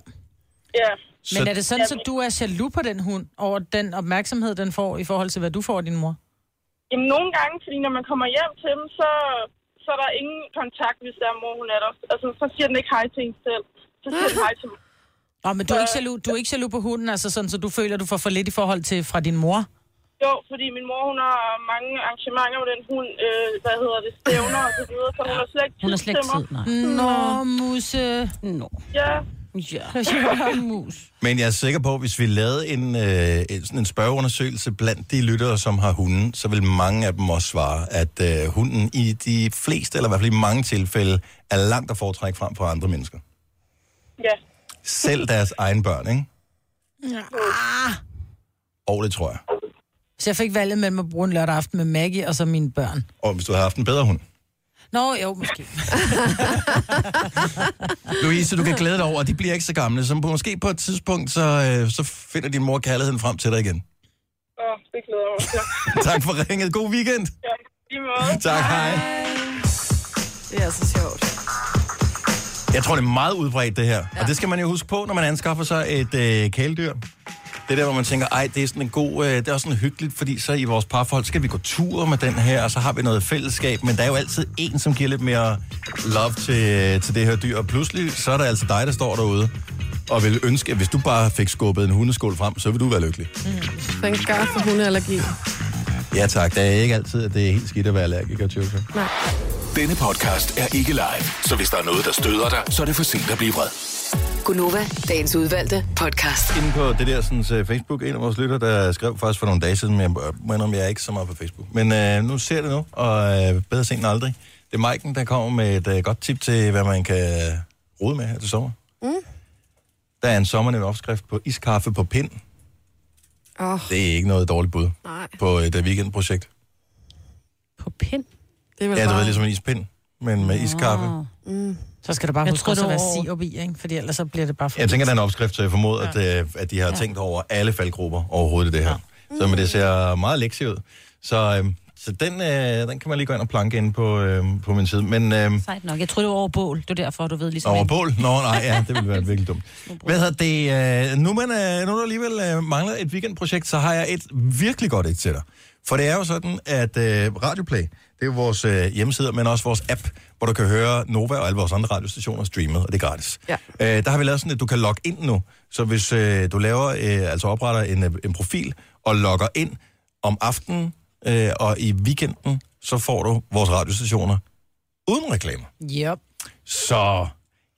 G: Ja.
C: Men er det sådan, så du er jaloux på den hund, over den opmærksomhed, den får, i forhold til, hvad du får af din mor?
G: Jamen, nogle gange, fordi når man kommer hjem til dem, så, så er der ingen kontakt, hvis der er mor, hun er der. Altså, så siger den ikke hej til en selv. Så siger den hej til mig.
C: Nå, men du er, ikke jaloux, du er ikke jaloux på hunden, altså sådan, så du føler, du får for lidt i forhold til fra din mor?
G: Jo, fordi min mor, hun har mange arrangementer med den hund, øh, hvad hedder det, stævner og så videre, så hun har slet ikke
B: Hun har slet ikke
G: til mig.
B: tid, nej.
C: Nå, musse.
B: Nå.
G: Ja.
B: Ja.
C: mus.
A: Men jeg er sikker på, at hvis vi lavede en, øh, en- sådan en spørgeundersøgelse blandt de lyttere, som har hunden, så vil mange af dem også svare, at øh, hunden i de fleste, eller i hvert fald i mange tilfælde, er langt at foretrække frem for andre mennesker.
G: Ja.
A: Selv deres egen børn, ikke?
C: Ah.
A: Og det tror jeg.
C: Så jeg fik valget mellem at bruge en lørdag aften med Maggie og så mine børn.
A: Og hvis du havde haft en bedre hund.
C: Nå, jo, måske.
A: Louise, du kan glæde dig over, at de bliver ikke så gamle, så måske på et tidspunkt, så, øh, så finder din mor kærligheden frem til dig igen.
G: Åh, det glæder jeg mig til.
A: tak for ringet. God weekend.
G: Ja, i måde.
A: Tak, hej.
D: Det er altså så sjovt.
A: Jeg tror, det er meget udbredt, det her. Ja. Og det skal man jo huske på, når man anskaffer sig et øh, kæledyr. Det er der, hvor man tænker, ej, det er sådan en god, øh, det er også sådan hyggeligt, fordi så i vores parforhold skal vi gå tur med den her, og så har vi noget fællesskab, men der er jo altid en, som giver lidt mere love til, øh, til det her dyr, og pludselig så er det altså dig, der står derude og vil ønske, at hvis du bare fik skubbet en hundeskål frem, så vil du være lykkelig.
D: Thank God for hundeallergi.
A: Ja tak, det er ikke altid, at det er helt skidt at være allergiker, Tjøvse.
F: Denne podcast er ikke live, så hvis der er noget, der støder dig, så er det for sent at blive vred.
E: Gunova, dagens udvalgte podcast.
A: Inde på det der sådan, så Facebook, en af vores lytter, der skrev faktisk for nogle dage siden, men jeg må indrømme, jeg er ikke så meget på Facebook. Men øh, nu ser jeg det nu, og øh, bedre sent end aldrig. Det er Maiken, der kommer med et øh, godt tip til, hvad man kan rode med her til sommer.
D: Mm.
A: Der er en sommernem opskrift på iskaffe på pind.
D: Oh,
A: Det er ikke noget dårligt bud
D: nej.
A: på et øh, weekendprojekt.
B: På pind?
D: Det er
A: Ja,
D: vel
A: det
D: bare...
A: var ligesom en ispind, men med iskaffe.
D: Mm.
C: Så skal du bare
B: Jeg
C: huske
B: tror,
C: også
B: det
C: at
B: var
C: være
B: over.
C: sirup i, ikke? Fordi ellers så bliver det bare for...
A: Jeg tænker, der er en opskrift, så jeg formoder, ja. at, øh, at de har ja. tænkt over alle faldgrupper overhovedet i det her. Ja. Mm. Så men det ser meget lektie ud. Så, øhm, så den, øh, den kan man lige gå ind og planke ind på, øhm, på min side. Men øhm,
B: Sejt nok. Jeg troede, det var over bål. Det var derfor, du ved ligesom...
A: over bål? Nå, nej, ja, det ville være virkelig dumt. Hvad hedder det? Øh, nu, man, øh, nu der alligevel øh, mangler et weekendprojekt, så har jeg et virkelig godt et til dig. For det er jo sådan, at øh, Radioplay, det er jo vores øh, hjemmeside, men også vores app, hvor du kan høre Nova og alle vores andre radiostationer streamet, og det er gratis.
D: Ja.
A: Øh, der har vi lavet sådan, at du kan logge ind nu. Så hvis øh, du laver, øh, altså opretter en, øh, en profil og logger ind om aftenen øh, og i weekenden, så får du vores radiostationer uden reklamer.
C: Yep.
A: Så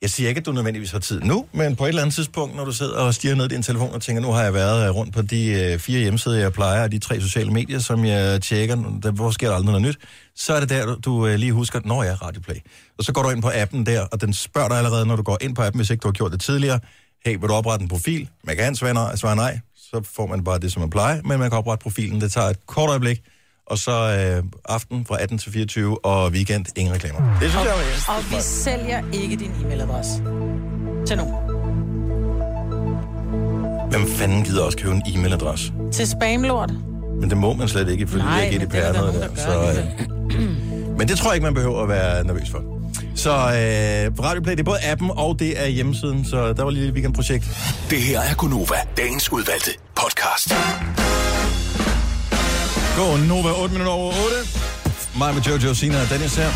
A: jeg siger ikke, at du nødvendigvis har tid nu, men på et eller andet tidspunkt, når du sidder og stiger ned i din telefon og tænker, nu har jeg været øh, rundt på de øh, fire hjemmesider, jeg plejer, og de tre sociale medier, som jeg tjekker, der, hvor sker der aldrig noget nyt, så er det der, du, du øh, lige husker, når jeg er Radioplay. Og så går du ind på appen der, og den spørger dig allerede, når du går ind på appen, hvis ikke du har gjort det tidligere. Hey, vil du oprette en profil? Man kan svare nej, svare nej, så får man bare det, som man plejer, men man kan oprette profilen. Det tager et kort øjeblik, og så øh, aften fra 18 til 24, og weekend, ingen reklamer. Det synes jeg er
C: Og vi sælger ikke din e-mailadresse. Til nogen.
A: Hvem fanden gider også købe en e-mailadresse?
C: Til spamlort.
A: Men det må man slet ikke, fordi
C: Nej,
A: det er
C: men det er
A: GDPR
C: der
A: noget
C: nogen,
A: der.
C: der
A: Så, øh, men det tror jeg ikke, man behøver at være nervøs for. Så øh, på Radio Play, det er både appen og det er hjemmesiden, så der var lige et weekendprojekt.
F: Det her er Gunova, dagens udvalgte podcast.
A: Gå Nova 8 minutter over 8. Mig med Jojo, Sina og Dennis her.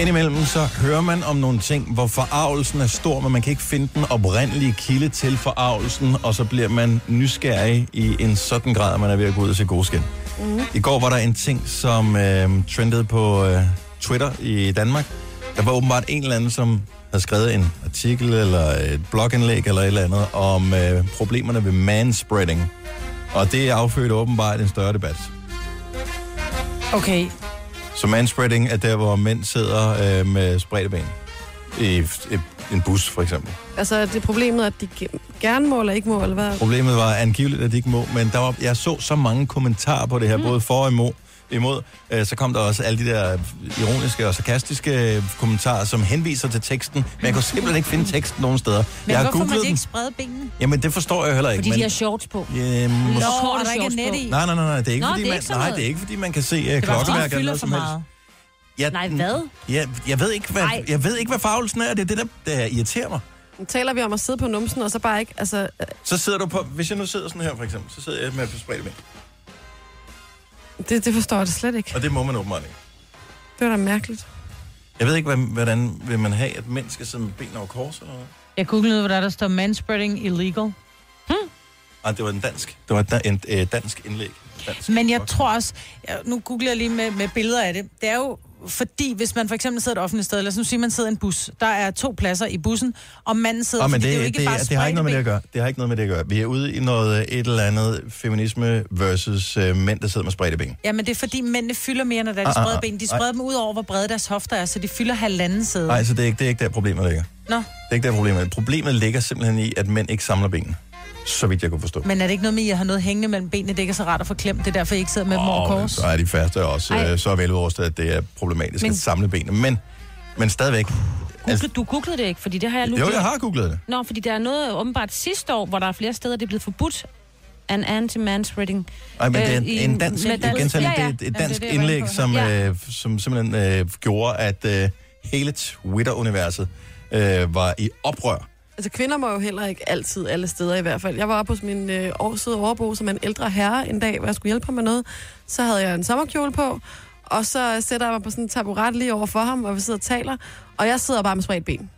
A: Indimellem så hører man om nogle ting, hvor forarvelsen er stor, men man kan ikke finde den oprindelige kilde til forarvelsen, og så bliver man nysgerrig i en sådan grad, at man er ved at gå ud og se gode skin. Mm. I går var der en ting, som øh, trendede på øh, Twitter i Danmark. Der var åbenbart en eller anden, som havde skrevet en artikel eller et blogindlæg eller et eller andet om øh, problemerne ved manspreading. Og det affødte åbenbart en større debat.
C: Okay,
A: Så manspreading er der, hvor mænd sidder øh, med spredte ben. I f- i en bus, for eksempel.
D: Altså, er det problemet, at de ge- gerne må eller ikke må, eller hvad?
A: Problemet var angiveligt, at de ikke må, men der var, jeg så så mange kommentarer på det her, mm. både for og imod. imod. Øh, Så kom der også alle de der ironiske og sarkastiske øh, kommentarer, som henviser til teksten, men jeg kunne simpelthen ikke finde teksten nogen steder.
C: men
A: jeg har
C: hvorfor må
A: googlet
C: de
A: den.
C: ikke sprede benene?
A: Jamen, det forstår jeg heller ikke.
B: Fordi
A: men...
B: de har shorts på.
A: Øhm,
B: Nå,
A: måske-
C: Nå,
B: korte
C: er der ikke
B: shorts
C: er net
B: på.
C: i?
A: Nej, nej, nej, nej, det er ikke,
B: Nå,
A: fordi,
B: det er
A: man,
B: ikke sådan
A: nej,
B: noget.
A: det er ikke fordi man kan se uh,
C: bare, fordi de
A: klokkeværk eller
C: fylder
A: noget
C: for
A: som helst.
C: meget.
A: Jeg,
B: Nej, hvad?
A: Jeg, jeg, ved ikke, hvad,
B: Nej.
A: jeg ved ikke, hvad farvelsen er. Det er det, der, der irriterer mig.
D: Nu taler vi om at sidde på numsen, og så bare ikke, altså... øh,
A: Så sidder du på... Hvis jeg nu sidder sådan her, for eksempel, så sidder jeg med spredte ben.
D: Det, det forstår jeg det slet ikke.
A: Og det må man åbenbart ikke.
D: Det var da mærkeligt.
A: Jeg ved ikke, hvad- hvordan vil man have, at mænd skal sidde med ben over kors eller noget?
C: Jeg googlede, hvor der, der står manspreading illegal.
A: Ej, det var en dansk. Det var et da- en, øh, dansk indlæg.
C: Men jeg tror også, jeg- nu googler jeg lige med, med billeder af det, det er jo fordi, hvis man for eksempel sidder et offentligt sted, lad os nu sige, at man sidder i en bus, der er to pladser i bussen, og manden sidder,
A: Åh, Ah, men
C: fordi
A: det,
C: er jo
A: det,
C: ikke
A: det,
C: bare
A: det har ikke noget med det at
C: spredte
A: gøre. Det har ikke noget med det at gøre. Vi er ude i noget øh, et eller andet feminisme versus øh, mænd, der sidder med spredte ben.
C: ben. Jamen, det er fordi, mændene fylder mere, når der er de
A: Ah, ah,
C: sprede
A: ah.
C: ben. De
A: Ej.
C: spreder dem ud over, hvor brede deres hofter er, så de fylder halvanden sæde.
A: Nej, så det er, ikke, det er ikke der, problemet ligger.
C: Nå,
A: Det er ikke der, problemet ligger. Problemet ligger simpelthen i, at mænd ikke samler benene. Så vidt jeg kunne forstå.
C: men er det ikke noget med, at I har noget hængende mellem benene, det ikke er så rart at få klemt? Det er derfor, I ikke sidder med dem over kors.
A: så er de faste også
C: Ej.
A: øh, så veludrustet, at det er problematisk men...
B: Men-
A: at samle benene. Men, men stadigvæk. Altså,
B: Google, du googlede det ikke, fordi det har jeg nu...
A: jo, jeg har googlet det.
B: Nå, fordi der er noget åbenbart sidste år, hvor der er flere steder, det er blevet forbudt an anti-manspreading.
A: Ej, men
B: Øh,
A: det er en,
B: i-
A: en dansk,
B: med
A: jeg gentager lige, det er et
B: Jamen,
A: dansk
B: det er det, jeg var inde
A: indlæg,
B: på.
A: som,
B: Ja.
A: øh, som simpelthen øh, gjorde, at øh, hele Twitter-universet øh, var i oprør.
D: Altså, kvinder må jo heller ikke altid alle steder i hvert fald. Jeg var oppe hos min øh, årside overbo, som er en ældre herre en dag, hvor jeg skulle hjælpe ham med noget. Så havde jeg en sommerkjole på, og så sætter jeg mig på sådan en taburet lige over for ham, og vi sidder og taler. Og jeg sidder bare med spredt ben.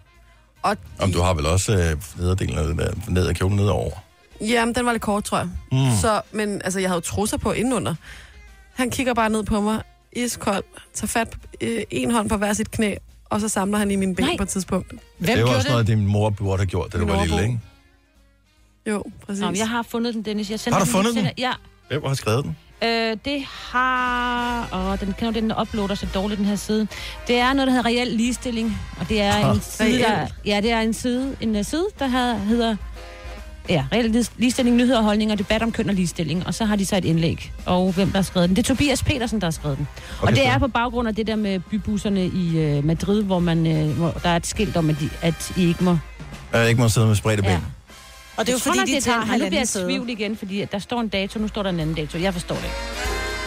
D: Og
A: Om du har vel også øh, nederdelen af den der ned af kjolen nedover.
D: jamen, den var lidt kort, tror jeg.
A: Mm.
D: Så, men altså, jeg havde jo trusser på indenunder. Han kigger bare ned på mig, iskold, tager fat på øh, en hånd på hver sit knæ, og så samler han i mine ben Nej. på et tidspunkt.
A: det var også noget, din mor burde have gjort, da du
D: Min
A: var lille,
D: overbo.
A: ikke?
D: Jo, præcis.
B: Nå, men jeg har fundet den, Dennis. Jeg sender
A: Har du
B: den lige
A: fundet
B: til
A: den?
B: dig. Ja.
A: Hvem har skrevet den?
B: Øh, det har... Åh, den kender du, den uploader så dårligt, den her side. Det er noget, der hedder reel ligestilling, og det er
A: Ah.
B: en side, der,
D: Reel.
B: Ja, det er en side, en øh, side der har, hedder... Ja, reel lis- ligestilling, nyheder, holdninger, debat om køn og ligestilling. Og så har de så et indlæg, og hvem der har skrevet den. Det er Tobias Petersen, der har skrevet den. Okay, og
L: Okay,
B: det
L: så-
B: er på baggrund af det der med bybusserne i øh, Madrid, hvor, man, øh, hvor der er et skilt om, at, de, at I ikke må...
A: Jeg ikke må sidde med spredte ben.
B: Ja.
C: Og det er jo
B: Jeg tror
C: fordi,
B: nok,
C: de
B: det er den,
C: tager
B: men Nu bliver
C: halvanden
B: jeg
C: sæde.
B: i tvivl igen, fordi at der står en dato, nu står der en anden dato. Jeg forstår det ikke.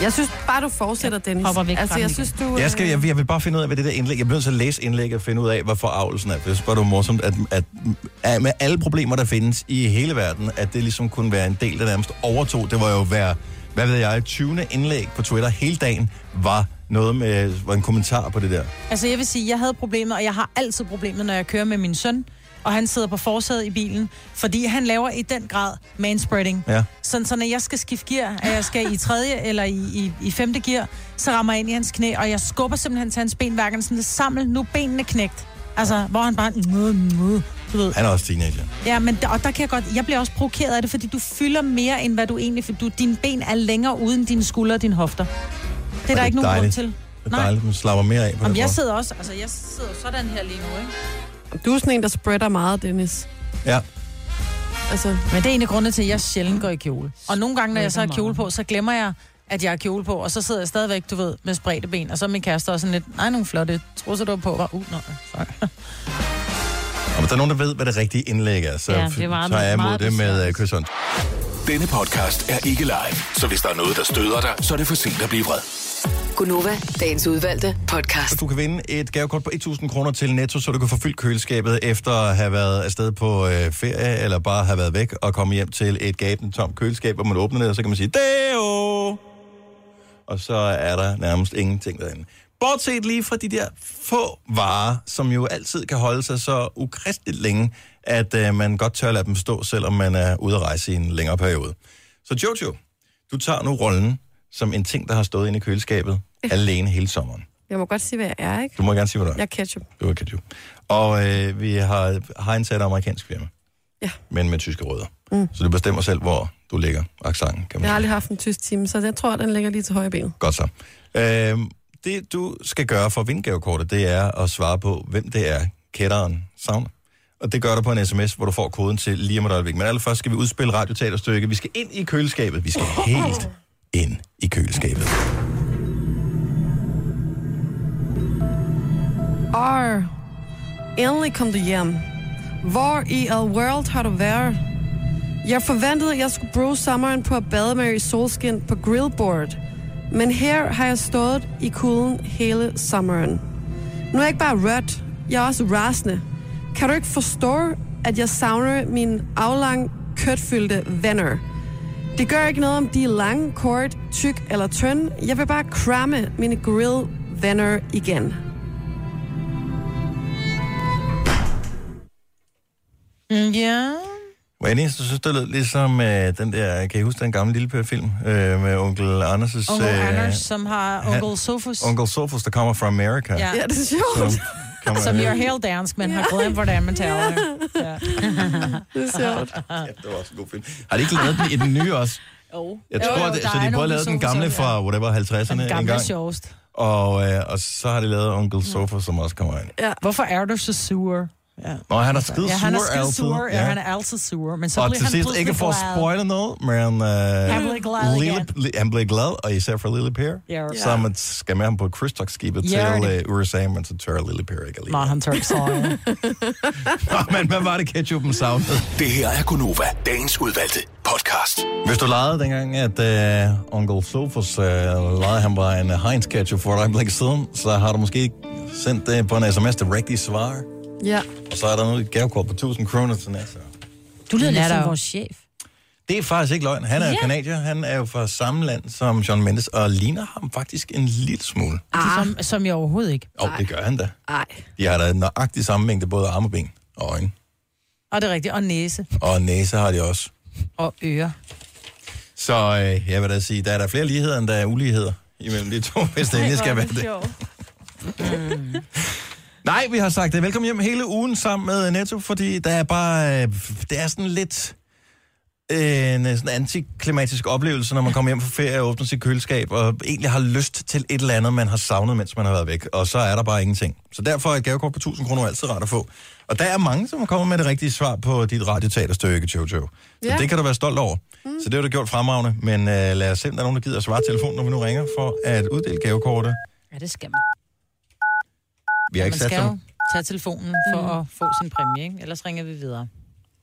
D: Jeg synes bare, du fortsætter, Dennis.
B: Hopper væk
D: altså,
B: fra
D: jeg
B: den
D: synes, du...
A: Jeg, skal,
D: øh,
A: jeg, jeg vil bare finde ud af, hvad det der indlæg... Jeg bliver nødt til at læse indlæg og finde ud af, hvad forarvelsen er. For jeg synes bare, det var morsomt, at, at, at med alle problemer, der findes i hele verden, at det ligesom kunne være en del, der nærmest overtog. Det var jo hver, hvad ved jeg, 20. indlæg på Twitter hele dagen var noget med, var en kommentar på det der.
C: Altså, jeg vil sige, jeg havde problemer, og jeg har altid problemer, når jeg kører med min søn, og han sidder på forsædet i bilen, fordi han laver i den grad manspreading.
A: Ja.
C: Sådan, så når jeg skal skifte gear, at jeg skal i tredje eller i, i, i femte gear, så rammer jeg ind i hans knæ, og jeg skubber simpelthen til hans ben, hverken sådan, samle nu er benene knægt. Altså, hvor han bare... Mø, mø, du ved.
A: Han er også teenager.
C: Ja, men der, og der kan jeg godt... Jeg bliver også provokeret af det, fordi du fylder mere, end hvad du egentlig... For du, dine ben er længere uden dine skuldre og dine hofter. Det er der ikke nogen grund
A: dejligt.
C: til.
A: Det er dejligt, man slapper mere af på
C: Jamen,
A: den
C: jeg
A: måde.
C: sidder også... Altså, jeg sidder sådan her lige nu, ikke?
D: Du er sådan en, der spreader meget, Dennis.
A: Ja.
D: Altså.
C: Men det er en af grundene til, at jeg sjældent går i kjole. Og nogle gange, når jeg så har kjole på, så glemmer jeg, at jeg har kjole på, og så sidder jeg stadigvæk, du ved, med spredte ben, og så er min kæreste også sådan lidt, nej, nogle flotte trusser, du har på. Var, uh, nej, sorry.
A: Og hvis der er nogen, der ved, hvad det rigtige indlæg er, så
C: Ja,
A: ja,
C: det er meget-
A: tager jeg imod
C: meget
A: det med uh, kysshånd.
F: Denne podcast er ikke live, så hvis der er noget, der støder dig, så er det for sent at blive vred.
E: Gunova, dagens udvalgte podcast.
A: Og du kan vinde et gavekort på 1.000 kroner til Netto, så du kan få fyldt køleskabet efter at have været afsted på øh, ferie, eller bare have været væk og komme hjem til et gabende tomt køleskab, hvor man åbner det, og så kan man sige, Deo! Og så er der nærmest ingenting derinde. Bortset lige fra de der få varer, som jo altid kan holde sig så ukristeligt længe, at øh, man godt tør lade dem stå, selvom man er ude at rejse i en længere periode. Så Jojo, du tager nu rollen som en ting, der har stået inde i køleskabet alene hele sommeren.
D: Jeg må godt sige, hvad jeg er, ikke?
A: Du må gerne sige, hvad du er.
D: Jeg er ketchup.
A: Det var ketchup. Og øh, vi har hegnsat amerikansk firma.
D: Ja.
A: Men med tyske rødder.
D: Mm.
A: Så du bestemmer selv, hvor du ligger. Aksangen, kan man
D: Jeg har
A: sige.
D: aldrig haft en tysk time, så jeg tror, den ligger lige til højre ben.
A: Godt så. Øhm, det, du skal gøre for vindgavekortet, det er at svare på, hvem det er, kætteren savner. Og det gør du på en sms, hvor du får koden til lige om et øjeblik. Men allerførst skal vi udspille radioteaterstykket. Vi skal ind i køleskabet. Vi skal helt ind i køleskabet.
D: Arr, endelig kom du hjem. Hvor i al world har du været? Jeg forventede, at jeg skulle bruge sommeren på at bade med i solskin på grillboard. Men her har jeg stået i kulden hele sommeren. Nu er jeg ikke bare rødt, jeg er også rasende. Kan du ikke forstå, at jeg savner mine aflang, kødfyldte venner? Det gør ikke noget, om de er lange, kort, tyk eller tynd. Jeg vil bare kramme mine grillvenner igen.
C: Mm, ja.
A: Hvor jeg næsten synes, det lød ligesom øh, den der, kan I huske den gamle Lille Per-film øh, med onkel Anders'
C: Onkel
A: øh,
C: Anders, som har
A: han-
C: Onkel Sofus.
A: Onkel Sofus, der kommer fra America.
C: Ja. Ja, det er sjovt.
A: Som, kan man-
C: Som jo er helt dansk, men har glemt, hvordan man taler. det. Ja.
D: Det er sjovt.
A: Ja, det var også en god film. Har de ikke lavet den i den nye også?
C: Jo.
A: Jeg tror,
C: jo,
A: det,
C: der
A: så
C: er
A: de
C: en
A: både
C: Onkel
A: lavede den
C: Sofus
A: gamle
C: også,
A: fra whatever, 50'erne
C: Den gamle er
A: engang.
C: sjovest.
A: Og, øh, og så har de lavet Onkel Sofus, som også kommer ind.
C: Ja. Hvorfor er du så sur? Ja.
A: Nå, han er
C: Altså,
A: skide
C: ja, han er
A: sur
C: skide
A: altid.
C: Sur, ja.
A: Ja.
C: han er altid sur. Men så
A: og
C: bliver
A: til
C: han
A: sidst,
C: pludselig
A: ikke for at
C: glad.
A: spoile noget, men øh,
C: Han blev glad
A: Lille, li, han blev glad, og især for Lille Per,
C: Ja.
A: som at skal med ham på krydstogsskibet
C: Ja,
A: til
C: det-
A: øh, USA, men så tør Lille Per ikke alligevel.
C: Nej, han tør ikke sove.
A: Nå, men hvad var det, ketchupen savnede?
F: Det her er Gunova, dagens udvalgte podcast.
A: Hvis du legede dengang, at øh, Onkel Sofus øh, legede, han var en øh, Heinz ketchup for et øjeblik siden, så har du måske sendt det på en sms til rigtige svar,
D: Ja.
A: og så er der nu et gavekort på 1000 kroner til næste år.
B: Du lyder
A: Den
B: lidt
A: er der
B: som
A: jo.
B: vores chef.
A: Det er faktisk ikke løgn. Han er jo
B: Ja.
A: kanadier, han er jo fra samme land som John Mendes, og ligner ham faktisk en lille smule.
C: Ah. Som, som jeg overhovedet ikke.
A: Og det gør han da.
D: Nej.
A: De har da nøjagtig samme mængde både arme og ben og øjne.
C: Og det er rigtigt. Og næse.
A: Og næse har de også.
C: Og ører.
A: Så øh, jeg vil da sige, der er der flere ligheder, end der er uligheder imellem de to, hvis det endelig skal være det. Mm. Nej, vi har sagt det. Velkommen hjem hele ugen sammen med Netto, fordi der er bare... Øh, det er sådan lidt øh, en sådan antiklimatisk oplevelse, når man kommer hjem fra ferie og åbner sit køleskab, og egentlig har lyst til et eller andet, man har savnet, mens man har været væk. Og så er der bare ingenting. Så derfor er et gavekort på 1000 kroner altid rart at få. Og der er mange, som kommer med det rigtige svar på dit radioteaterstykke, Jojo. Så
L: Ja.
A: det kan du være stolt over. Mm. Så det har du gjort fremragende. Men øh, lad os se, om der er nogen, der gider at svare
C: Mm.
A: telefonen, når vi nu ringer, for at uddele gavekortet.
C: Ja, det skal man.
A: Vi har
C: Man
A: ikke sat
C: skal
A: dem.
C: jo tage telefonen for mm. at få sin præmie, ikke? Ellers ringer vi videre.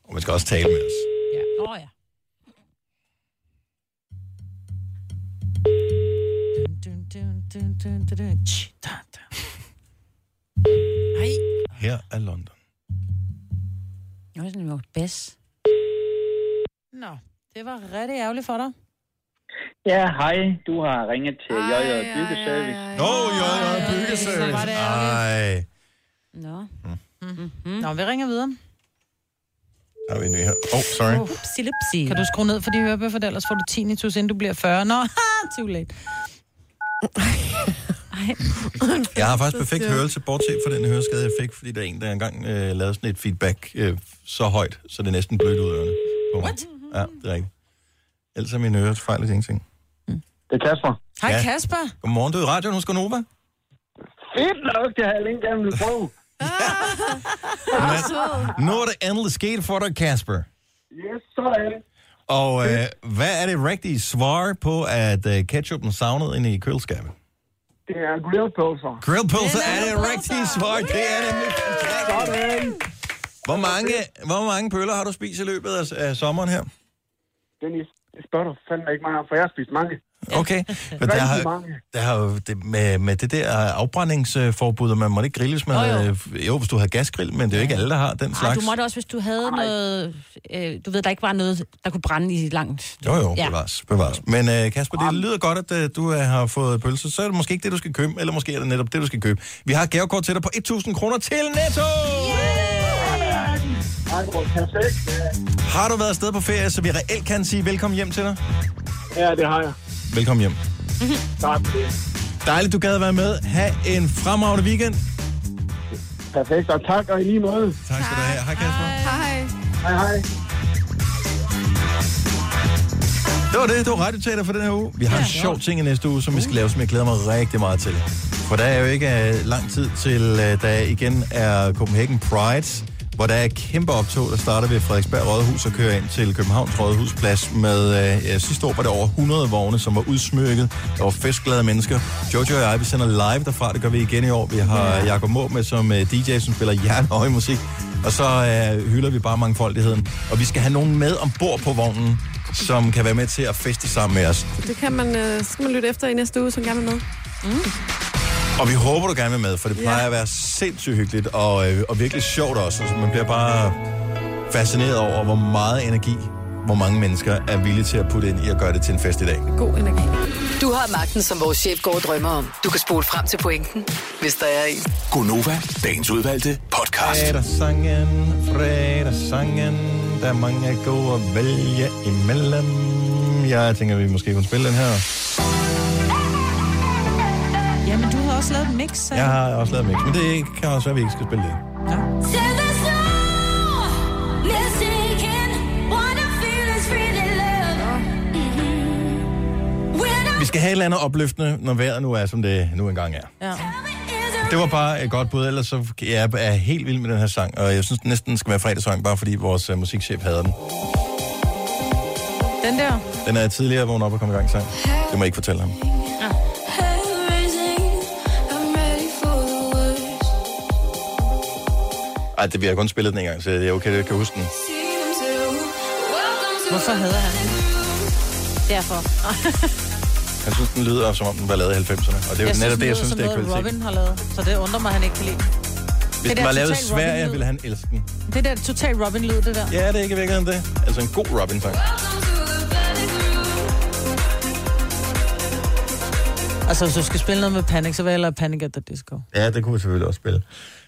A: Og man skal også tale med os.
C: Ja. Åh oh, ja. Dun, dun, dun, dun, dun, dun. Tsch, da, da. Ej.
A: Her er London.
B: Nu er det sådan, jo bedst.
C: Nå, det var rigtig ærgerligt for dig.
M: Ja, hej. Du har ringet til JJ Byggeservice.
A: Nå, JJ Byggeservice. Ej.
B: Nå.
C: Mm-hmm. Nå, vi ringer videre.
A: Der er vi en ny her. Oh, sorry.
C: Upsi, lipsi. Kan du skrue ned for de hørebøffer, ellers får du tinnitus, inden du bliver 40. Nå, too late.
A: Jeg har faktisk perfekt hørelse, bortset fra den høreskade, jeg fik, fordi der er en, der engang øh, lavede sådan et feedback øh, så højt, så det næsten blødt ud af ørerne. på mig.
C: What?
A: Ja, det er rigtigt. Ellers er mine ører fejlet ingenting.
M: Det er Kasper.
C: Mm. Hej
A: Ja.
C: Kasper.
A: Godmorgen, du er i radioen hos Gonova.
M: Fedt nok, det har jeg længe gerne vil prøve.
A: Nu er det endelig sket for dig, Kasper.
M: Yes, så er det.
A: Og øh, hvad er det rigtige svar på, at øh, ketchupen savnede inde i køleskabet?
M: Det er grillpølser.
A: Grillpølser er det rigtige svar. Det er nemlig
M: Sådan.
A: Hvor mange, hvor mange pøller har du spist i løbet af, af sommeren her?
M: Dennis, det spørger du fandme ikke mig om, for jeg har spist mange.
A: Okay. Men der
M: Rigtig
A: har,
M: mange.
A: der har jo det, med, med det der afbrændingsforbud, at man måtte ikke grilles med...
B: Nå, jo.
A: øh, jo, hvis du havde gasgrill, men det er jo ikke alle, der har den
B: Ej,
A: slags.
B: du måtte også, hvis du havde noget... Øh, du ved, der ikke var noget, der kunne brænde i langt.
A: Jo, jo, bevares, bevares. Men øh, Kasper, det lyder godt, at øh, du øh, har fået pølse. Så er det måske ikke det, du skal købe, eller måske er det netop det, du skal købe. Vi har et gavekort til dig på 1.000 kroner til Netto! Har du været afsted på ferie, så vi reelt kan sige velkommen hjem til dig?
M: Ja, det har jeg.
A: Velkommen hjem.
M: Tak for det.
A: Dejligt, du gad at være med. Ha' en fremragende weekend.
M: Perfekt, og tak og i lige måde.
A: Tak skal du have. Hej, Kasper.
D: Hej.
M: Hej, hej.
A: Det var det. Det var radioteater for den her uge. Vi har en sjov ting i næste uge, som vi skal lave, som jeg glæder mig rigtig meget til. For der er jo ikke øh, lang tid til, øh, der igen er Copenhagen Pride, hvor der er et kæmpe optog, der starter ved Frederiksberg Rådhus og kører ind til Københavns Rådhusplads med, øh, ja, sidste år var det over 100 vogne, som var udsmykket. Der var festglade mennesker. Jojo og jeg, vi sender live derfra, det gør vi igen i år. Vi har Jakob Må med som øh, DJ, som spiller jernhøj musik. Og så øh, hylder vi bare mangfoldigheden. Og vi skal have nogen med ombord på vognen, som kan være med til at feste sammen med os.
D: Det kan man, øh, så skal man lytte efter i næste uge, som gerne vil med. Mm.
A: Og vi håber, du gerne vil med, for det plejer at være sindssygt hyggeligt og, øh, og virkelig sjovt også. Altså, man bliver bare fascineret over, hvor meget energi, hvor mange mennesker er villige til at putte ind i at gøre det til en fest i dag.
D: God energi.
E: Du har magten, som vores chef går og drømmer om. Du kan spole frem til pointen, hvis der er en.
F: Gunova, dagens udvalgte podcast.
A: Fredagssangen, fredagssangen, Der er mange gode at vælge imellem. Jeg tænker, vi måske kunne spille den her.
C: Jamen, du havde også lavet en mix, så...
A: Jeg har også lavet mix, men det kan også være, at vi ikke skal spille det. Vi skal have et eller andet opløftende, når vejret nu er, som det nu engang er.
C: Ja.
A: Det var bare et godt bud, ellers så jeg er helt vild med den her sang, og jeg synes den næsten skal være fredagssang, bare fordi vores uh, musikchef hader den.
C: Den der.
A: Den er tidligere vågnet op og kom i gang sang. Det må jeg ikke fortælle ham. Ej, det, vi har kun spillet den en gang, så jeg okay, jeg kan huske den.
C: Hvorfor hader han den? Derfor.
A: Jeg synes, den lyder som om den var lavet i 90'erne, og det er jo netop det, jeg synes, det er
C: noget,
A: kvalitet.
C: Robin har lavet, så det undrer mig, han ikke kan lide.
A: Hvis
C: Det altså
A: den
C: der
A: var lavet i
C: total
A: Sverige,
C: Robin-lyd.
A: ville han elske den.
C: Det der total Robin-lyd, det der.
A: Ja, det er ikke i virkeligheden det. Altså en god Robin-sang.
C: Altså, hvis du skal spille noget med Panic, så vil jeg hellere Panic at the Disco.
A: Ja, det kunne vi selvfølgelig også spille.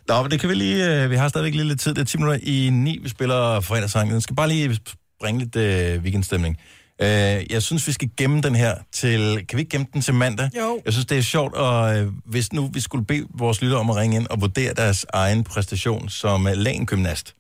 A: Nå, men det kan vi lige... øh, Vi har stadigvæk lige lidt tid. Det er 10 minutter i 9, vi spiller fredagssangen. Den skal bare lige bringe lidt øh, weekendstemning. Øh, jeg synes, vi skal gemme den her til... Kan vi ikke gemme den til mandag?
L: Jo.
A: Jeg synes, det er sjovt, og øh, hvis nu vi skulle bede vores lytter om at ringe ind og vurdere deres egen præstation som øh, lagengymnast.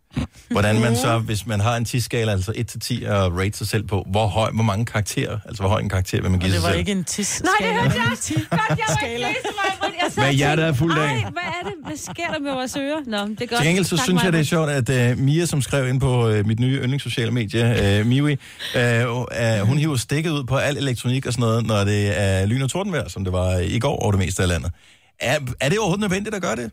A: Hvordan man så, hvis man har en 10-skala, altså 1-10, og rate sig selv på, hvor, høj, hvor mange karakterer, altså hvor høj en karakter vil man give
C: Og det
A: sig
C: var
A: selv.
C: ikke en tis
B: Nej, det hørte jeg også. Godt, jeg var
C: Skala.
B: ikke læse mig. Jeg sad
A: Hvad
B: og
A: hjertet er fuldt af.
B: tænkte, "Ej, hvad er det? Hvad sker der med vores ører? Nå, det er godt.
A: Til gengæld så
B: Tak,
A: synes jeg, det er
B: Maja.
A: sjovt, at uh, Mia, som skrev ind på uh, mit nye yndlingssociale medie, uh, Miwi, uh, uh, hun hiver stikket ud på al elektronik og sådan noget, når det er lyn og tordenvejr, som det var i går over det meste af landet. Er, er det overhovedet nødvendigt at gøre det?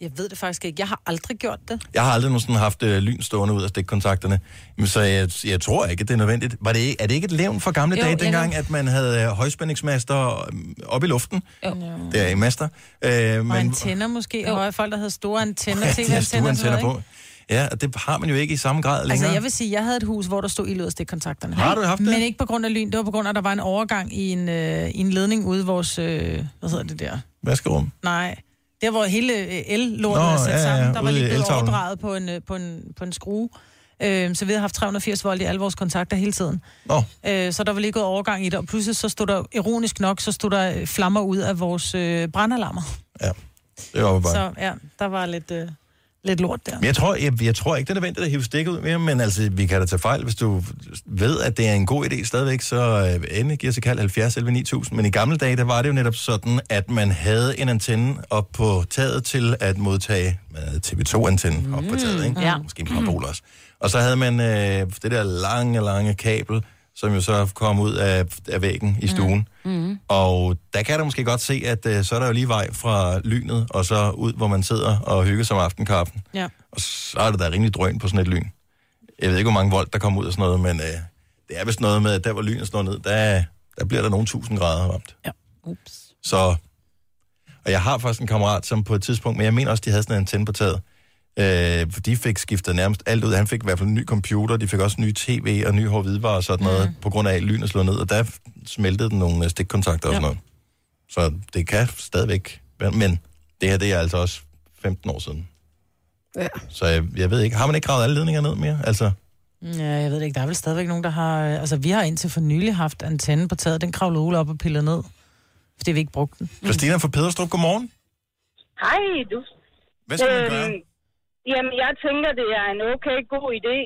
C: Jeg ved det faktisk ikke. Jeg har aldrig gjort det.
A: Jeg har aldrig nogensinde haft uh, lyn stående ud af stikkontakterne, Men så jeg, jeg tror ikke, det er nødvendigt. Var det, ikke- er det ikke et levn fra gamle
B: Jo,
A: jo, dage,
B: jeg
A: dengang,
B: ved.
A: at man havde uh, højspændingsmaster øhm, op i luften?
B: Jo.
A: Det er i master. Uh, men,
C: Og antenner måske. Jo. Og folk, der havde store antenner.
A: Ja, de
C: TV-antenner,
A: har
C: sådan
A: stue
C: noget,
A: antenner
C: ikke?
A: på. Ja, og det har man jo ikke i samme grad længere.
C: Altså, jeg vil sige, jeg havde et hus, hvor der stod ild ud af stikkontakterne.
A: Har du haft det?
C: Men ikke på grund af lyn. Det var på grund af, at der var en overgang i en, øh, i en ledning ude i vores... Øh, hvad hedder det der?
A: Vaskerum.
C: Nej. Der, hvor hele øh, el-lortet
A: Nå,
C: var sat
A: ja, ja,
C: sammen, der var
A: ude i
C: lige blevet
A: eltavlen.
C: overdraget på en, øh, på en, på en skrue. Øh, så vi havde haft 380 volt i alle vores kontakter hele tiden.
A: Nå.
C: Øh, så der var lige gået overgang i det, og pludselig så stod der, ironisk nok, så stod der øh, flammer ud af vores øh, brandalarmer.
A: Det var bare.
C: Så ja, der var lidt, øh, lidt lort der.
A: Men jeg tror, jeg, jeg tror ikke, det er nødvendigt at hive stikket ud mere, men altså, vi kan da tage fejl. Hvis du ved, at det er en god idé stadigvæk, så øh, endelig giver sig kald 70 11 9000. Men i gamle dage, der var det jo netop sådan, at man havde en antenne op på taget til at modtage øh, TV2-antennen
N: Mm.
A: op på taget, ikke?
L: ja.
A: Måske en parabol også. Og så havde man øh, det der lange, lange kabel, som jo så kom ud af, af væggen i stuen.
L: Mm.
A: Og der kan du måske godt se, at øh, så er der jo lige vej fra lynet, og så ud, hvor man sidder og hygger sig om aftenkaffen.
C: Ja.
A: Og så er det da rimelig drøn på sådan et lyn. Jeg ved ikke, hvor mange volt, der kommer ud af sådan noget, men øh, det er vist noget med, at der, hvor lynet slår ned, der, der bliver der nogle tusind grader varmt.
C: Ja.
A: Ups. Så, og jeg har faktisk en kammerat, som på et tidspunkt, men jeg mener også, de havde sådan en antenne på taget, Øh, for de fik skiftet nærmest alt ud. Han fik i hvert fald en ny computer, de fik også nye tv og nye hårde hvidevarer og sådan noget, mm. på grund af at lynet slog ned, og der smeltede den nogle øh, stikkontakter og sådan noget. Så det kan stadigvæk være, men det her, det er altså også 15 år siden.
D: Ja.
A: Så jeg, jeg ved ikke, har man ikke gravet alle ledninger ned mere? Altså,
C: Ja, jeg ved det ikke. Der er vel stadigvæk nogen, der har... øh, Altså, vi har indtil for nylig haft antennen på taget. Den kravlede Ole op og pillede ned, fordi vi ikke brugte den.
A: Christina fra Pederstrup, godmorgen.
N: Hej, du. Øhm,
A: Hvad skal man gøre?
N: Jamen, jeg tænker, det er en okay god idé.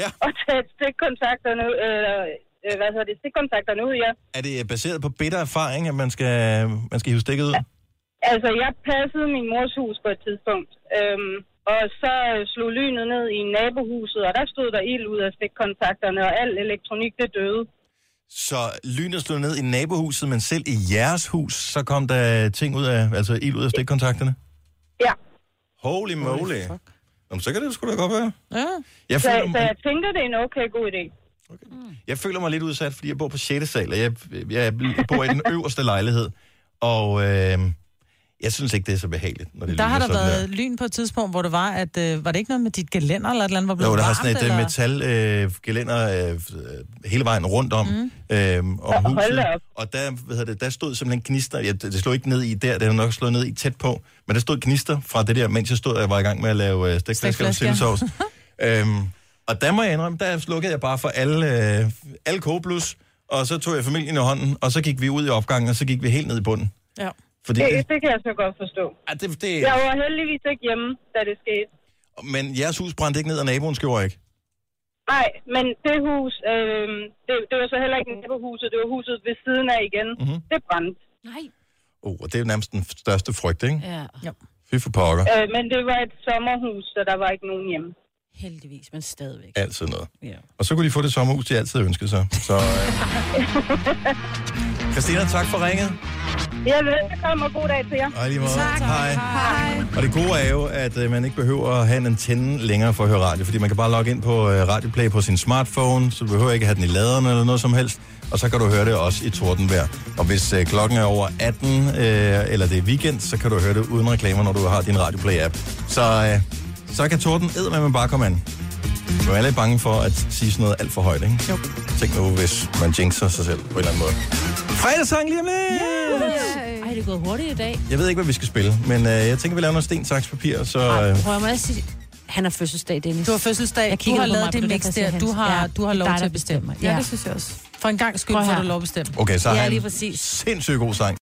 A: Ja.
N: At tage stikkontakterne, øh, øh, hvad hedder det, stikkontakterne ud, ja.
A: Er det baseret på bitter erfaring, at man skal, man skal hive stikket ud?
N: Altså, jeg passede min mors hus på et tidspunkt, øhm, og så øh, slog lynet ned i nabohuset, og der stod der ild ud af stikkontakterne, og al elektronik, det døde.
A: Så lynet slog ned i nabohuset, men selv i jeres hus, så kom der ting ud af, altså ild ud af stikkontakterne?
N: Ja.
A: Holy moly. Jamen, så kan det jo sgu da godt være.
C: Ja.
A: Jeg
N: så,
A: føler-
N: så jeg tænker, det er en okay god idé.
A: Jeg føler mig lidt udsat, fordi jeg bor på 6. sal, og jeg, jeg bor i den øverste lejlighed. Og øh, jeg synes ikke, det er så behageligt, når det
C: Der
A: lyder
C: har der
A: sådan
C: været lyn på et tidspunkt, hvor det var, at... Øh, var det ikke noget med dit gelænder eller et eller andet, var blevet
A: Jo, der har
C: varmt,
A: sådan et
C: eller?
A: eller? metal øh, gelænder øh, øh, hele vejen rundt om, mm. øh, om
N: hold
A: huset.
N: da op.
A: Og der, hvad hedder det, der stod simpelthen gnister. Ja, det det slog ikke ned i der, det har nok slået ned i tæt på. Men der stod gnister fra det der, mens jeg stod og var i gang med at lave øh, stikflæsk eller
L: Stegt flæsk, ja.
A: sildesovs. øhm, Og der må jeg indrømme, der slukkede jeg bare for alle, øh, alle kogeblus, og så tog jeg familien i hånden, og så gik vi ud i opgangen, og så gik vi helt ned i bunden.
C: Ja.
A: Fordi
N: det,
A: det- Øh.
N: det, kan jeg så godt forstå.
A: Ja, det, det...
N: Jeg var heldigvis ikke hjemme, da det skete.
A: Men jeres hus brændte ikke ned, og naboens gjorde ikke.
N: Nej, men det hus, øh, det, det var så heller ikke nabohuset, det var huset ved siden af igen.
A: Mhm.
N: Det brændte.
B: Nej.
A: Oh, og det er jo nærmest den største frygt, ikke?
B: Ja.
C: Jo.
A: Fy for pokker.
N: Øh, men det var et sommerhus, så der var ikke nogen hjemme.
B: Heldigvis, men stadigvæk.
A: Altid noget.
B: Ja.
A: Og så kunne de få det sommerhus, de altid ønskede sig. Så, øh... Christina, tak for ringet.
N: Ja, velkommen og god dag til jer.
A: Og i lige måde.
N: Tak,
A: Hej.
N: Hej.
A: Og det gode er jo, at øh, man ikke behøver at have en antenne længere for at høre radio, fordi man kan bare logge ind på øh, Radioplay på sin smartphone, så du behøver ikke have den i laderen eller noget som helst, og så kan du høre det også i tordenvejr. Og hvis øh, klokken er over 18, øh, eller det er weekend, så kan du høre det uden reklamer, når du har din Radioplay-app. Så, øh, så kan torden med man bare komme an. Man er lidt bange for at sige sådan noget alt for højt, ikke? Jo. Tænk nu, hvis man jinxer sig selv på en eller anden måde. Fredagssang lige om lidt!
B: Ej, det er gået hurtigt i dag.
A: Jeg ved ikke, hvad vi skal spille, men øh, jeg tænker, vi laver noget sten, saks, papir, så... Øh,
B: Prøv at må jeg sige... Han har fødselsdag, Dennis.
C: Du har fødselsdag.
B: Jeg
C: Jeg
B: kigger
C: du har
B: på mig
C: lavet det
B: på
C: mix
B: der,
C: der. Du har,
B: Ja,
C: du har
B: det er
C: lov
B: dig,
C: til
B: der
C: at bestemme.
B: bestemmer. Ja, det
D: synes jeg også.
C: For en gang skyld
B: Prøv
C: får
B: her.
C: du lov at bestemme.
A: Okay, så
C: ja,
A: har han
C: lige præcis.
A: sindssygt god sang.